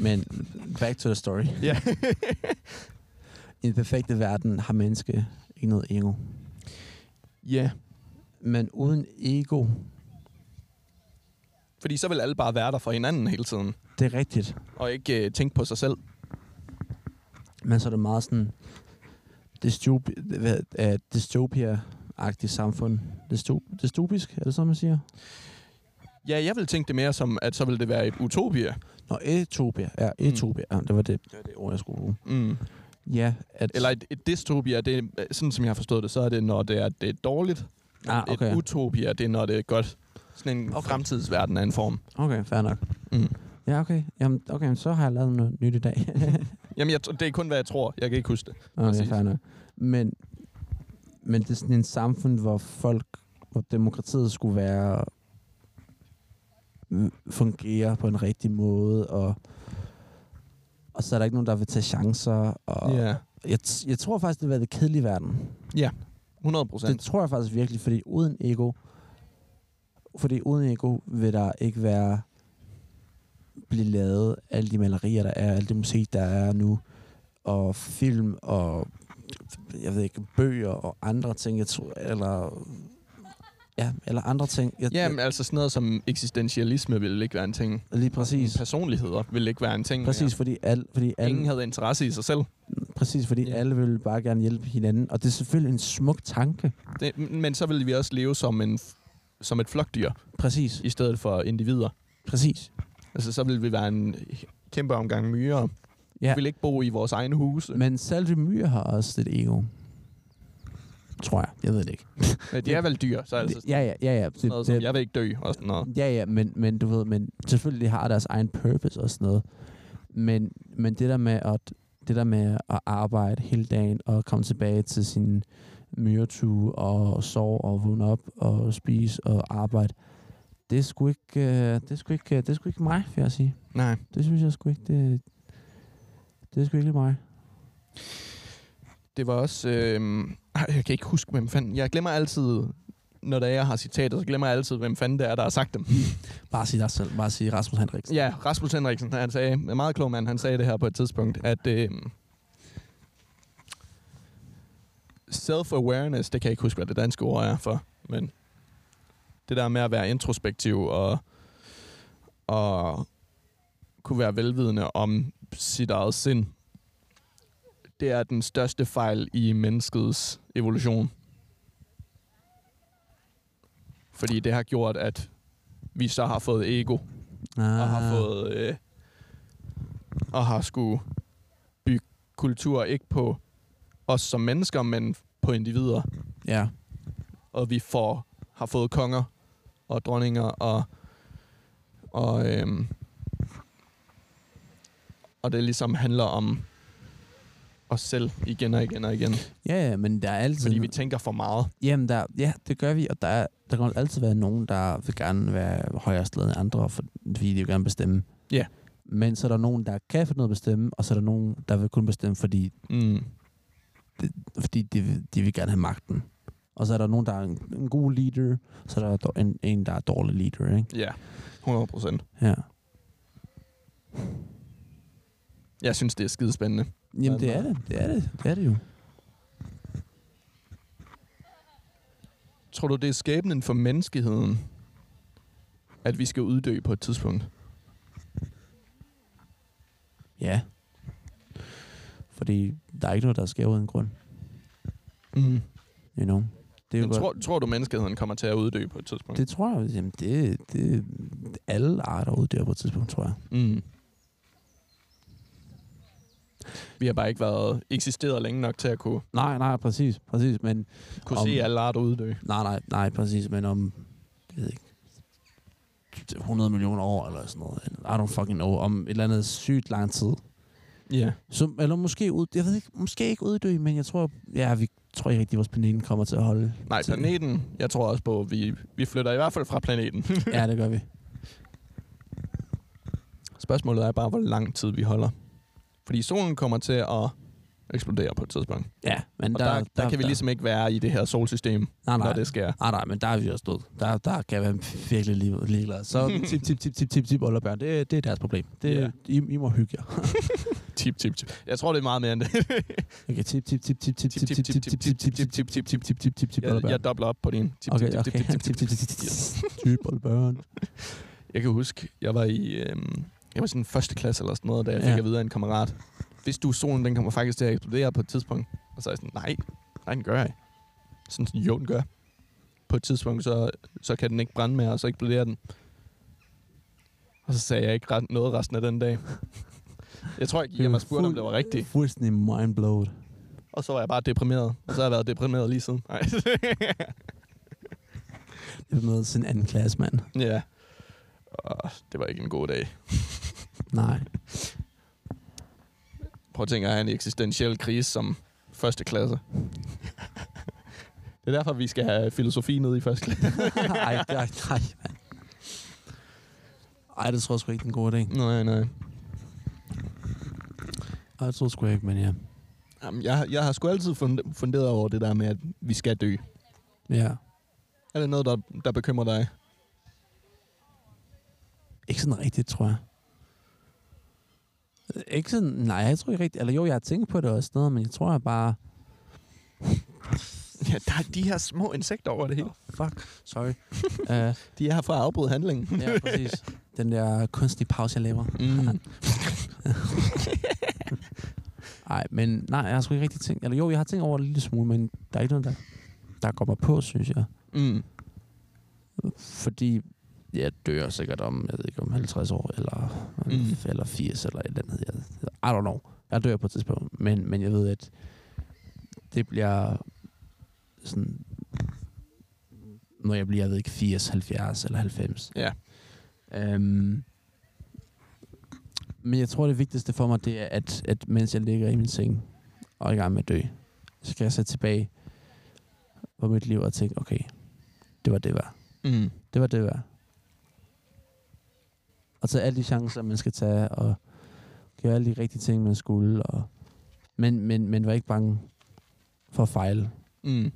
B: Men back to the story.
A: Ja.
B: I den perfekte verden har menneske ikke noget ego.
A: Ja,
B: Men uden ego,
A: fordi så vil alle bare være der for hinanden hele tiden,
B: det er rigtigt.
A: og ikke øh, tænke på sig selv.
B: Men så er det meget sådan dystopi- hvad- øh, dystopia-agtigt samfund. Dysto- dystopisk, er det sådan, man siger?
A: Ja, jeg vil tænke det mere som, at så vil det være et utopia.
B: Nå, etopia. Ja, etopia. Mm. Ja, det var det, det, var det ord, jeg skulle bruge.
A: Mm.
B: Ja, at...
A: Eller et, et dystopia, det er, sådan som jeg har forstået det, så er det, når det er, det er dårligt.
B: ah, okay.
A: Et utopia, det er, når det er godt. Sådan en
B: Okay.
A: okay. fremtidsverden af en form.
B: okay, fair nok.
A: Mm.
B: Ja, okay. Jamen, okay, så har jeg lavet noget nyt i dag.
A: Jamen, jeg, t- det er kun, hvad jeg tror. Jeg kan ikke huske det.
B: Okay,
A: Præcis.
B: fair nok. Men, men det er sådan en samfund, hvor folk, hvor demokratiet skulle være øh, fungere på en rigtig måde, og, og så er der ikke nogen, der vil tage chancer. Og
A: Ja,
B: jeg, t- jeg tror faktisk, det vil være det kedelige verden.
A: 100
B: Det
A: procent.
B: tror jeg faktisk virkelig, fordi uden ego, fordi uden ego vil der ikke være blive lavet alle de malerier, der er, alt det musik, der er nu, og film, og jeg ved ikke, bøger og andre ting, jeg tror, eller ja, eller andre ting. Jeg,
A: Jamen, altså sådan noget som eksistentialisme ville ikke være en ting.
B: jeg, lige præcis.
A: Personligheder ville ikke være en ting.
B: Præcis, fordi, al, fordi
A: Mere.
B: alle,
A: Ingen havde interesse i sig selv.
B: præcis, fordi
A: Ja.
B: alle vil bare gerne hjælpe hinanden, og det er selvfølgelig en smuk tanke.
A: Det, men så ville vi også leve som en f- som et flokdyr,
B: Præcis.
A: i stedet for individer.
B: Præcis.
A: Altså, så ville vi være en kæmpe omgang myrer. Ja.
B: Ja.
A: Vi ville ikke bo i vores egne huse. Men,
B: Men selve myrer har også et ego. Tror jeg. Jeg ved det ikke.
A: men de er vel dyr, så altså
B: ja, ja, ja, ja.
A: sådan noget som, jeg vil ikke dø, og sådan noget.
B: Ja, ja, men, men du ved, men selvfølgelig har deres egen purpose og sådan noget. Men, men det der med at det der med at arbejde hele dagen og komme tilbage til sin myretue og sove og vågne op og spise og arbejde, det er sgu ikke, øh, det er sgu ikke, øh, det er sgu ikke mig, vil jeg sige.
A: Nej.
B: Det synes jeg sgu ikke, det, det er sgu ikke lige mig.
A: Det var også... Øh, ej, jeg kan ikke huske, hvem fanden... Jeg glemmer altid, når der er, jeg har citater, så glemmer jeg altid, hvem fanden det er, der har sagt dem.
B: Bare sig dig selv, bare sig Rasmus Henriksen.
A: Ja, Rasmus Henriksen, han sagde, en meget klog mand, han sagde det her på et tidspunkt, at øh, self-awareness, det kan jeg ikke huske, hvad det danske ord er for, men det der med at være introspektiv og, og kunne være velvidende om sit eget sind, det er den største fejl i menneskets evolution. Fordi det har gjort, at vi så har fået ego
B: ah,
A: og har fået øh, og har skulle bygge kultur ikke på os som mennesker, men på individer.
B: Ja,
A: Og vi får har fået konger og dronninger og og øhm, og det ligesom handler om os selv igen og igen og igen,
B: ja, ja, men der er altid...
A: fordi vi tænker for meget.
B: Jamen, der, ja, det gør vi, og der, er, der kan altid være nogen, der vil gerne være højere stillet end andre, for- fordi de vil gerne bestemme.
A: Ja.
B: Men så er der nogen, der kan finde noget at bestemme, og så er der nogen, der vil kun bestemme, fordi,
A: Mm.
B: fordi de, vil- de vil gerne have magten. Og så er der nogen, der er en, en god leader, og så er der dår- en, en der er dårlig leader, ikke?
A: Ja, 100 procent.
B: Ja.
A: Jeg synes, det er skidespændende.
B: Jamen, det er det. Det er det. Det er det jo.
A: Tror du, det er skæbnen for menneskeheden, at vi skal uddø på et tidspunkt?
B: Ja. Fordi der er ikke noget, der sker uden grund.
A: Mm.
B: You know? Det er jo
A: Men
B: godt-
A: tror, tror du, menneskeheden kommer til at uddø på et tidspunkt?
B: Det tror jeg, jamen det, det, alle arter uddør på et tidspunkt, tror jeg.
A: Mm. Vi har bare ikke været eksisteret længe nok til at kunne,
B: Nej, nej, præcis, præcis, men
A: kunne
B: Om-
A: se alle arter uddø.
B: nej, nej, nej, præcis, men om, jeg ved ikke, 100 millioner år eller sådan noget, I don't fucking know, om et eller andet sygt lang tid.
A: Ja.
B: Så, eller måske, ud, jeg ved ikke, måske ikke uddø, men jeg tror, ja, vi tror ikke rigtig, vores planet kommer til at holde.
A: Nej,
B: til-
A: planeten. Jeg tror også på, at vi, vi flytter i hvert fald fra planeten.
B: Ja, det gør vi.
A: Spørgsmålet er bare, hvor lang tid vi holder. Fordi solen kommer til at eksplodere på et tidspunkt.
B: Ja, men
A: Og der, der, der, der kan vi ligesom ikke være i det her solsystem,
B: nej,
A: når
B: nej,
A: det sker.
B: Ah, Nej, nej, men der er vi også død. Der, der kan være virkelig lige- ligeglad. Så tip, tip, tip, tip, tip, tip, olderbørn. Det, det er deres problem. Det,
A: Ja.
B: yeah. I, I må hygge jer.
A: Tip, tip, tip. Jeg tror, det er meget mere end det.
B: Okay, tip, tip, tip, tip, tip,
A: Tip,
B: tip,
A: tip,
B: tip, tip, tip, tip, tip, tip, tip, tip, tip, tip, tip, tip, tip,
A: Jeg,
B: olderbørn.
A: jeg dobler op på din. Tip,
B: Okay,
A: tip, tip,
B: okay.
A: tip, tip, tip, tip, tip.
B: Typ, olderbørn.
A: Jeg kan huske, jeg var i øhm, jeg var sådan første klasse eller sådan noget, da jeg fik
B: Ja.
A: at vide af en kammerat. Hvis du solen, den kommer faktisk til at eksplodere på et tidspunkt. Og så er jeg sådan, nej, nej, den gør jeg. ikke. Sådan, sådan jo, den gør. På et tidspunkt, så, så kan den ikke brænde mere, og så eksploderer den. Og så sagde jeg ikke ret, noget resten af den dag. Jeg tror ikke, jeg mig spurgt, om det var rigtigt.
B: Fuldstændig mindblowed.
A: Og så var jeg bare deprimeret. Og så har jeg været deprimeret lige siden. Nej.
B: Det er med sin anden klasse, mand.
A: ja. Og det var ikke en god dag.
B: Nej.
A: Prøv at tænke at have en eksistentiel krise som første klasse. Det er derfor, vi skal have filosofi ned i første klasse.
B: Ej, nej, nej, mand. Ej, det tror jeg sgu ikke, den gode idé.
A: Nej, nej.
B: Ej, det tror jeg sgu ikke, men ja.
A: Jamen, jeg, jeg har sgu altid fund- funderet over det der med, at vi skal dø.
B: Ja.
A: Er det noget, der, der bekymrer dig?
B: Ikke sådan rigtigt, tror jeg. Øh, Ikke sådan, nej, jeg tror ikke rigtigt. Eller jo, jeg har tænkt på det også noget, men jeg tror jeg bare...
A: Ja, der er de her små insekter over det hele.
B: Fuck, sorry. uh,
A: De er her for at afbryde handlingen.
B: ja, præcis. Den der kunstige pause, jeg laver.
A: Mm.
B: Nej, men nej, jeg har sgu ikke rigtig tænkt... Eller jo, jeg har tænkt over det en lille smule, men der er ikke noget, der, der går mig på, synes jeg.
A: Mm.
B: Fordi jeg dør sikkert om, jeg ved ikke, om 50 år, eller,
A: Mm.
B: mm. eller 80, eller et eller andet. Jeg, I don't know. Jeg dør på et tidspunkt, men, men jeg ved, at det bliver sådan, når jeg bliver, jeg ved ikke, 80, 70 eller 90.
A: Ja.
B: Øhm, men jeg tror, det vigtigste for mig, det er, at, at mens jeg ligger i min seng og er i gang med at dø, så kan jeg sætte tilbage på mit liv og tænke, okay, det var det var.
A: Mm.
B: Det var det værd. Og tage alle de chancer, man skal tage, og gøre alle de rigtige ting, man skulle. Og men, men, men var ikke bange for at fejle.
A: Mm.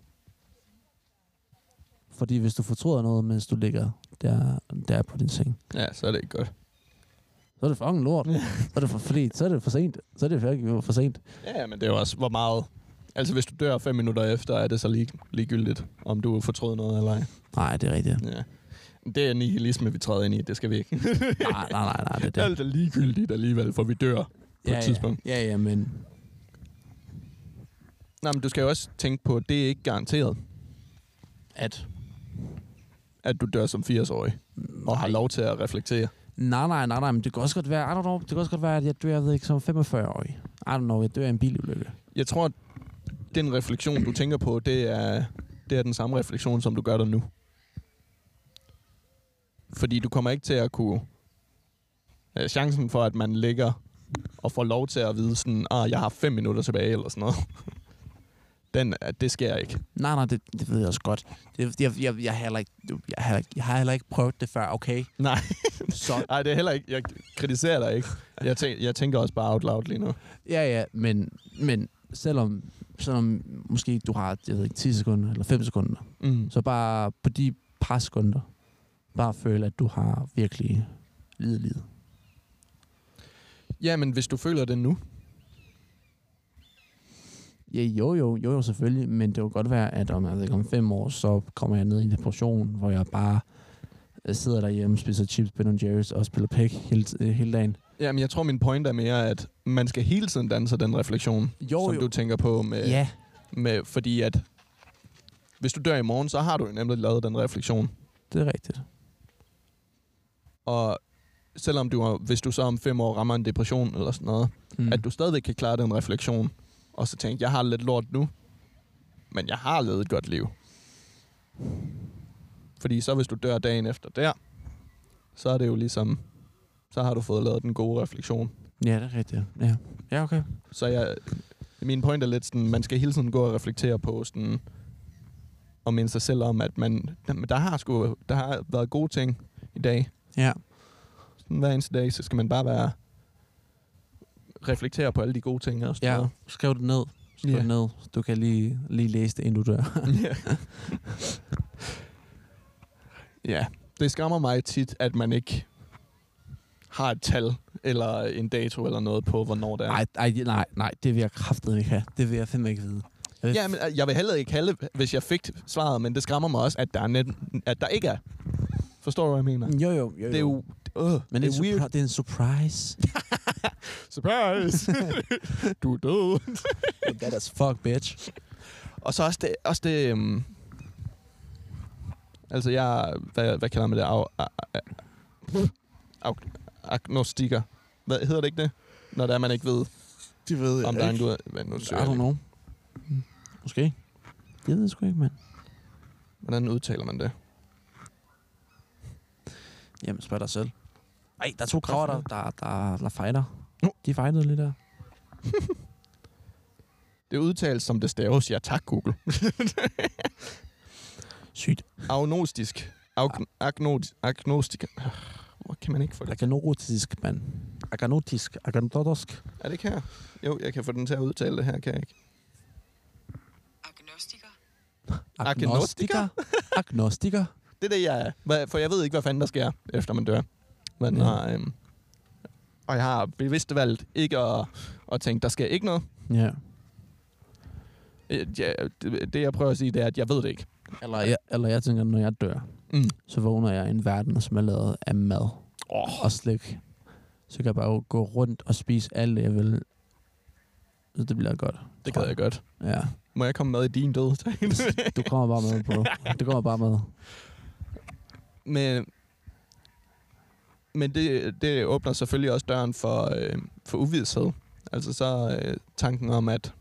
B: Fordi hvis du fortryder noget, mens du ligger der, der på din seng,
A: Ja, så er det ikke godt.
B: så er det fucking lort. så, er det for, fordi, så er det for sent. Så er det fucking for sent.
A: Ja, men det er jo også, hvor meget... Altså, hvis du dør fem minutter efter, er det så lige, ligegyldigt, om du fortrød noget eller ej.
B: Nej, det er rigtigt.
A: Ja. Det er nihilisme, vi træder ind i. Det skal vi ikke.
B: Nej, nej, nej, nej, det er det.
A: Alt er ligegyldigt alligevel, for vi dør. et
B: ja,
A: tidspunkt.
B: Ja, ja, ja, men
A: Nej, men du skal jo også tænke på, at det er ikke garanteret,
B: at...
A: at du dør som 80-årig og har lov til at reflektere.
B: Nej, nej, nej, nej, men det kan også godt være, I don't know, det kan også godt være, at jeg dør, jeg ved ikke, som 45-årig. I don't know, jeg dør i en bilulykke.
A: Jeg tror, at den refleksion, du tænker på, det er, det er den samme refleksion, som du gør der nu. Fordi du kommer ikke til at kunne... Øh, chancen for, at man ligger og får lov til at vide sådan, ah, jeg har fem minutter tilbage, eller sådan noget. Den, øh, det sker ikke.
B: Nej, nej, det, det ved jeg også godt. Det, jeg, jeg, jeg, har heller ikke, jeg, har, jeg har heller ikke prøvet det før, okay?
A: Nej,
B: Så,
A: nej, det er heller ikke. Jeg kritiserer dig ikke. Jeg, tænk, jeg tænker også bare out loud lige nu.
B: ja, ja, men, men selvom, selvom måske du har jeg ved ikke, 10 sekunder eller 5 sekunder,
A: Mm.
B: så bare på de par sekunder, bare føle, at du har virkelig ledet livet.
A: Ja, men hvis du føler det nu,
B: Ja, jo, jo, jo, jo, selvfølgelig, men det kan godt være, at om, jeg ved ikke, om fem år, så kommer jeg ned i en depression, hvor jeg bare øh, sidder derhjemme, spiser chips, Ben Jerry's og spiller pæk hele, øh, hele dagen.
A: Jamen, jeg tror, min point er mere, at man skal hele tiden danse den refleksion,
B: Jo,
A: som
B: jo. Øh.
A: du tænker på. Med,
B: Ja,
A: med, fordi at hvis du dør i morgen, så har du jo nemlig lavet den refleksion.
B: det er rigtigt.
A: Og selvom du, er- hvis du så om fem år rammer en depression eller sådan noget, mm. at du stadigvæk kan klare den refleksion, og så tænke, jeg har lidt lort nu, men jeg har levet et godt liv. Fordi så hvis du dør dagen efter der, så er det jo ligesom, så har du fået lavet den gode refleksion.
B: Ja, det er rigtigt. Ja, ja okay.
A: Så jeg, min point er lidt sådan, man skal hele tiden gå og reflektere på sådan, og minde sig selv om, at man, jamen, der har sgu, der har været gode ting i dag.
B: Ja.
A: Sådan hver eneste dag, så skal man bare være, reflektere på alle de gode ting og sådan
B: ja.
A: noget.
B: Skriv det ned. Skriv
A: Ja.
B: det ned. Du kan lige, lige læse det, inden du dør.
A: ja. ja, det skammer mig tit, at man ikke har et tal eller en dato eller noget på, hvornår det er.
B: Nej, nej, nej, nej, det vil jeg kraftedeme ikke have. Det vil jeg fandme ikke vide. Jeg vil,
A: Ja, men øh, jeg vil heller ikke kalde, hvis jeg fik svaret, men det skræmmer mig også, at der, er net, at der ikke er. Forstår du, hvad jeg mener?
B: jo, jo, jo, jo.
A: Det er jo... Øh,
B: men
A: Mm. det er
B: en
A: weird.
B: surpri- det er en surprise.
A: Surprise! du er død.
B: That is fuck, bitch.
A: Og så også det... Også det øhm, altså, jeg... er- Hvad, hvad kalder man det? Au, a, a, au, agnostiker. Hvad hedder det ikke det? Når det er, man ikke ved,
B: Det ved
A: om der er en gud. Hvad nu
B: I
A: søger
B: don't
A: jeg?
B: know. Måske. Det ved jeg sgu ikke, mand.
A: Hvordan udtaler man det?
B: Jamen, spørg dig selv. Nej, der er to kraver, der, der, der, der fighter.
A: Nå.
B: De fightede lidt der.
A: Det udtales, som det staves. Ja, tak, Google.
B: Sygt.
A: Agnostisk. Ag- agno- agnostiker. Øh, Hvor kan man ikke få det?
B: Aganotisk, mand. Aganotisk. Aganotisk.
A: Er det ikke her? Jo, jeg kan få den til at udtale det her, kan jeg ikke?
C: Agnostiker.
A: Agnostiker?
B: Agnostiker.
A: Det er det, jeg er. Hvad- For jeg ved ikke, hvad fanden der sker, efter man dør. Men
B: Ja.
A: har, øhm, og jeg har bevidst valgt ikke at, at tænke, der sker ikke noget.
B: Ja.
A: Øh, Ja, det, det, jeg prøver at sige, det er, at jeg ved det ikke.
B: Eller jeg, eller jeg tænker, når jeg dør,
A: Mm.
B: så vågner jeg i en verden, som er lavet af mad oh. og slik. Så kan jeg bare gå rundt og spise alt det, jeg vil. Så det bliver godt.
A: Det
B: tror
A: gad jeg godt.
B: Ja.
A: Må jeg komme med i din død?
B: Du kommer bare med, bro. Du kommer bare med.
A: Men, men det, det åbner selvfølgelig også døren for, øh, for uvidshed. Altså så øh, tanken om, at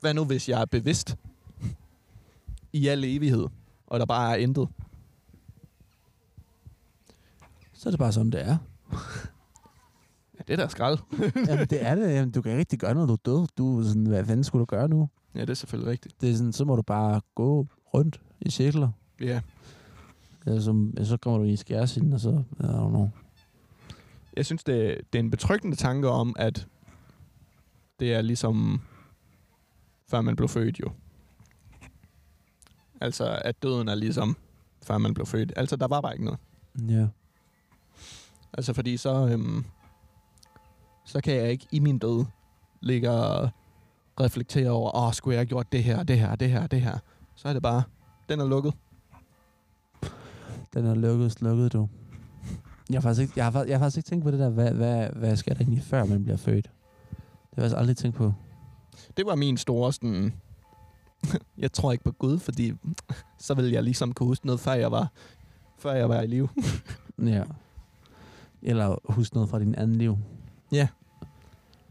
A: hvad nu, hvis jeg er bevidst i al evighed, og der bare er intet?
B: Så er det bare sådan, det er.
A: Ja, det er da skrald.
B: Jamen, det er det. Jamen, du kan ikke rigtig gøre noget, du er død. Du er sådan, hvad fanden skulle du gøre nu?
A: Ja, det er selvfølgelig rigtigt.
B: Det er sådan, så må du bare gå rundt i cirkler.
A: Ja.
B: Eller så, så kommer du i skærsinden, og så, I don't know.
A: Jeg synes, det, det er en betryggende tanke om, at det er ligesom før man blev født jo. Altså, at døden er ligesom før man blev født. Altså, der var bare ikke noget.
B: Ja.
A: Altså fordi så, øhm, så kan jeg ikke i min død ligge og reflektere over, åh, skulle jeg have gjort det her, det her, det her, det her. Så er det bare, den er lukket.
B: Den er lukket, slukket, du. Jeg har faktisk ikke, jeg har, fa- jeg har faktisk ikke tænkt på det der, hvad, hvad, hvad sker der egentlig, før man bliver født? Det har jeg altså aldrig tænkt på.
A: Det var min store sådan, jeg tror ikke på Gud, fordi så ville jeg ligesom kunne huske noget, før jeg var, før jeg var i live.
B: Ja. Eller husk noget fra din anden liv.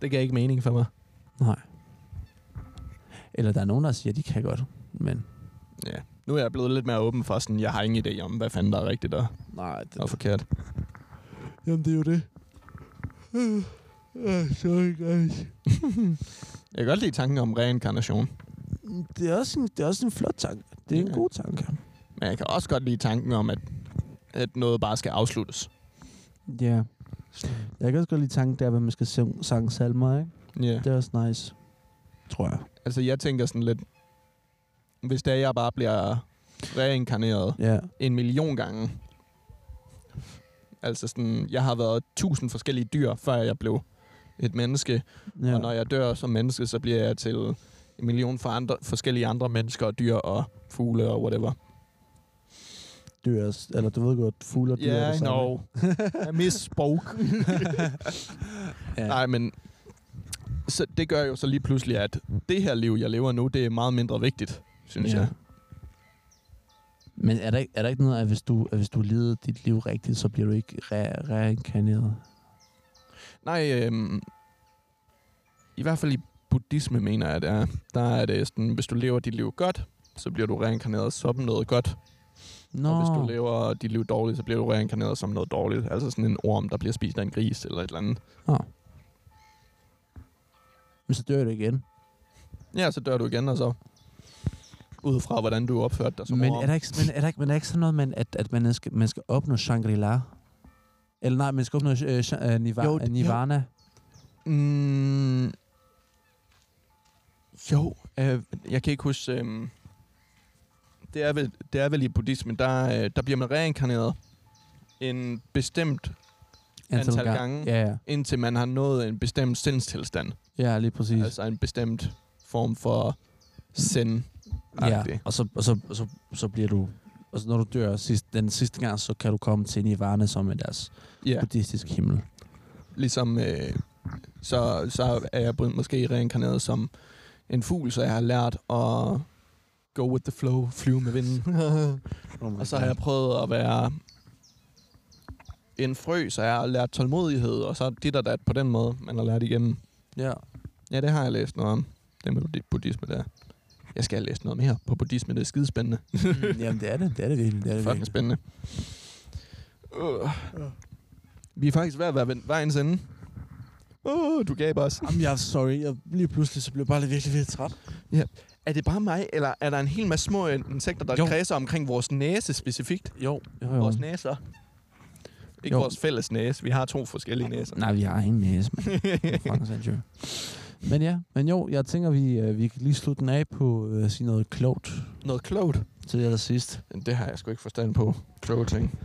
A: Det gav ikke mening for mig.
B: Eller der er nogen, der siger, at de kan godt, men...
A: Ja. Nu er jeg blevet lidt mere åben for sådan, jeg har ingen idé om, hvad fanden der er rigtigt og,
B: Nej, det,
A: og forkert.
B: Jamen, det er jo det. Uh, sorry, guys.
A: Jeg kan godt lide tanken om reinkarnation.
B: Det er, også en, det er også en flot tanke. Det er en
A: Ja.
B: god tanke.
A: Men jeg kan også godt lide tanken om, at, at noget bare skal afsluttes.
B: Ja. Yeah. Jeg kan også godt lide tanken der, hvad man skal synge, sange salmer, ikke?
A: Ja.
B: Det er også nice. Tror jeg.
A: Altså, jeg tænker sådan lidt... Hvis der jeg bare bliver reinkarneret
B: Ja.
A: en million gange... Altså sådan, jeg har været tusind forskellige dyr, før jeg blev et menneske. Ja.
B: ja.
A: Og når jeg dør som menneske, så bliver jeg til en million for andre, forskellige andre mennesker og dyr og fugle og whatever.
B: Dyr, er s- eller du ved godt, fugle og dyr er
A: Ja,
B: det
A: yeah,
B: samme.
A: no. I misspoke.
B: Ja.
A: ja. Nej, men så det gør jo så lige pludselig, at det her liv, jeg lever nu, det er meget mindre vigtigt, synes ja. jeg.
B: Men er der, ikke- er der ikke noget, at hvis du, at hvis du levede dit liv rigtigt, så bliver du ikke re- reinkarneret?
A: Nej, øhm, i hvert fald i buddhisme mener jeg, at er, der er det sådan, hvis du lever dit liv godt, så bliver du reinkarneret som noget godt.
B: Nå.
A: Og hvis du lever dit liv dårligt, så bliver du reinkarneret som noget dårligt. Altså sådan en orm, der bliver spist af en gris eller et eller andet.
B: Men så dør du igen.
A: Ja, så dør du igen, og så ud fra, hvordan du opførte dig som
B: men,
A: orm.
B: er der ikke, men, er der ikke, men er der ikke sådan noget, man, at, at man, skal, man skal opnå Shangri-La? Eller nej, man skal opnå øh, sh- øh, niva-
A: Jo,
B: jo,
A: det- jo.
B: Nirvana.
A: Mm, jo, øh, jeg kan ikke huske... Øh, det, er vel, det er vel i buddhismen, der, øh, der bliver man reinkarneret en bestemt antal, antal
B: gang-
A: gange, ja.
B: Ja, ja.
A: indtil man har nået en bestemt sindstilstand.
B: ja, lige præcis.
A: Altså en bestemt form for sind.
B: ja. Og, så, og så, og så, så bliver du... Og så når du dør sidst, den sidste gang, så kan du komme til Nirvana som er deres
A: ja.
B: buddhistiske himmel.
A: ligesom øh, så, så er jeg blevet måske reinkarneret som en fugl, så jeg har lært at go with the flow, flyve med vinden.
B: Oh
A: og så har jeg prøvet at være en frø, så jeg har lært tålmodighed, og så dit og dat på den måde, man har lært igennem.
B: Ja.
A: Ja, det har jeg læst noget om. Det med bud- buddhisme der. Jeg skal læse noget mere på buddhisme, det er skidespændende.
B: Mm, Jamen, det er det. Det er det virkelig. Det er det
A: Fucking
B: virkelig.
A: spændende. Uh. Vi er faktisk ved at være ved vejens ende. Uh, du gav os.
B: Jamen, jeg er sorry. Jeg, lige pludselig, så blev jeg bare lidt virkelig, virkelig træt.
A: Er det bare mig, eller er der en hel masse små insekter, der
B: Jo.
A: jo. kredser omkring vores næse specifikt?
B: Jo. jo, jo.
A: Vores næser. Ikke
B: Jo.
A: jo. vores fælles næse. Vi har to forskellige næser.
B: Nej, vi har ingen næse, mand. Det er fucking sindssygt. Men ja, men jo, jeg tænker, vi, øh, vi kan lige slutte den af på øh, at sige noget klogt
A: Noget klogt.
B: til allersidst.
A: Det har jeg sgu ikke forstand på. Kloge ting.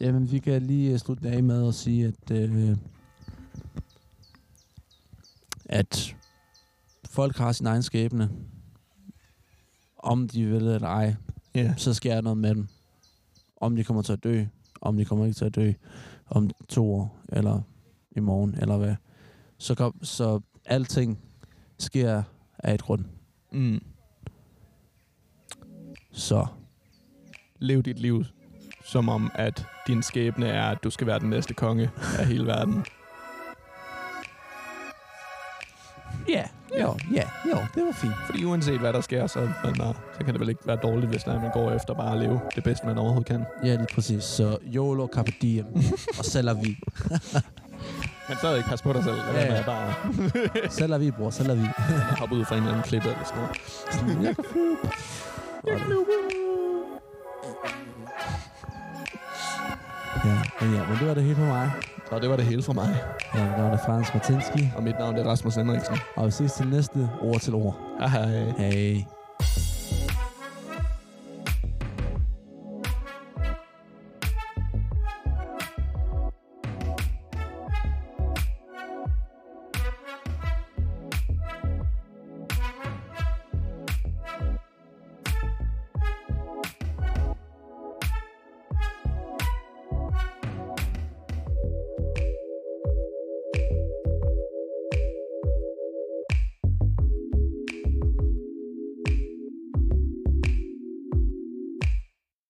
B: Jamen, vi kan lige øh, slutte den af med at sige, at, øh, at folk har sin egen skæbne. Om de vil eller ej,
A: Ja.
B: så sker der noget med dem. Om de kommer til at dø, om de kommer ikke til at dø, om to år, eller i morgen, eller hvad. Så, kom, så alting sker af et grund.
A: Mm.
B: Så
A: Lev dit liv som om, at din skæbne er, at du skal være den næste konge af hele verden.
B: Ja, jo, ja, jo, det var fint.
A: Fordi uanset hvad der sker, så, men, uh, så kan det vel ikke være dårligt, hvis det er, at man går efter bare at leve det bedste, man overhovedet kan.
B: Ja, lige præcis. Så YOLO, Carpe Diem, og sælger vi.
A: Men stadig ikke pas på dig selv. Lad
B: Ja,
A: være med
B: ja.
A: at bare
B: Sælger vi, bror, sælger vi.
A: at hoppe ud fra en eller anden klippe eller sådan noget.
B: Sådan, Jeg kan flyve. Og det- Ja, men ja, men det var det hele for mig.
A: Og det var det hele for mig.
B: Ja, mit navn er Frans Martinski,
A: Og mit navn det er Rasmus Henriksen.
B: og vi ses til næste ord til ord.
A: Hej hej.
B: Hej.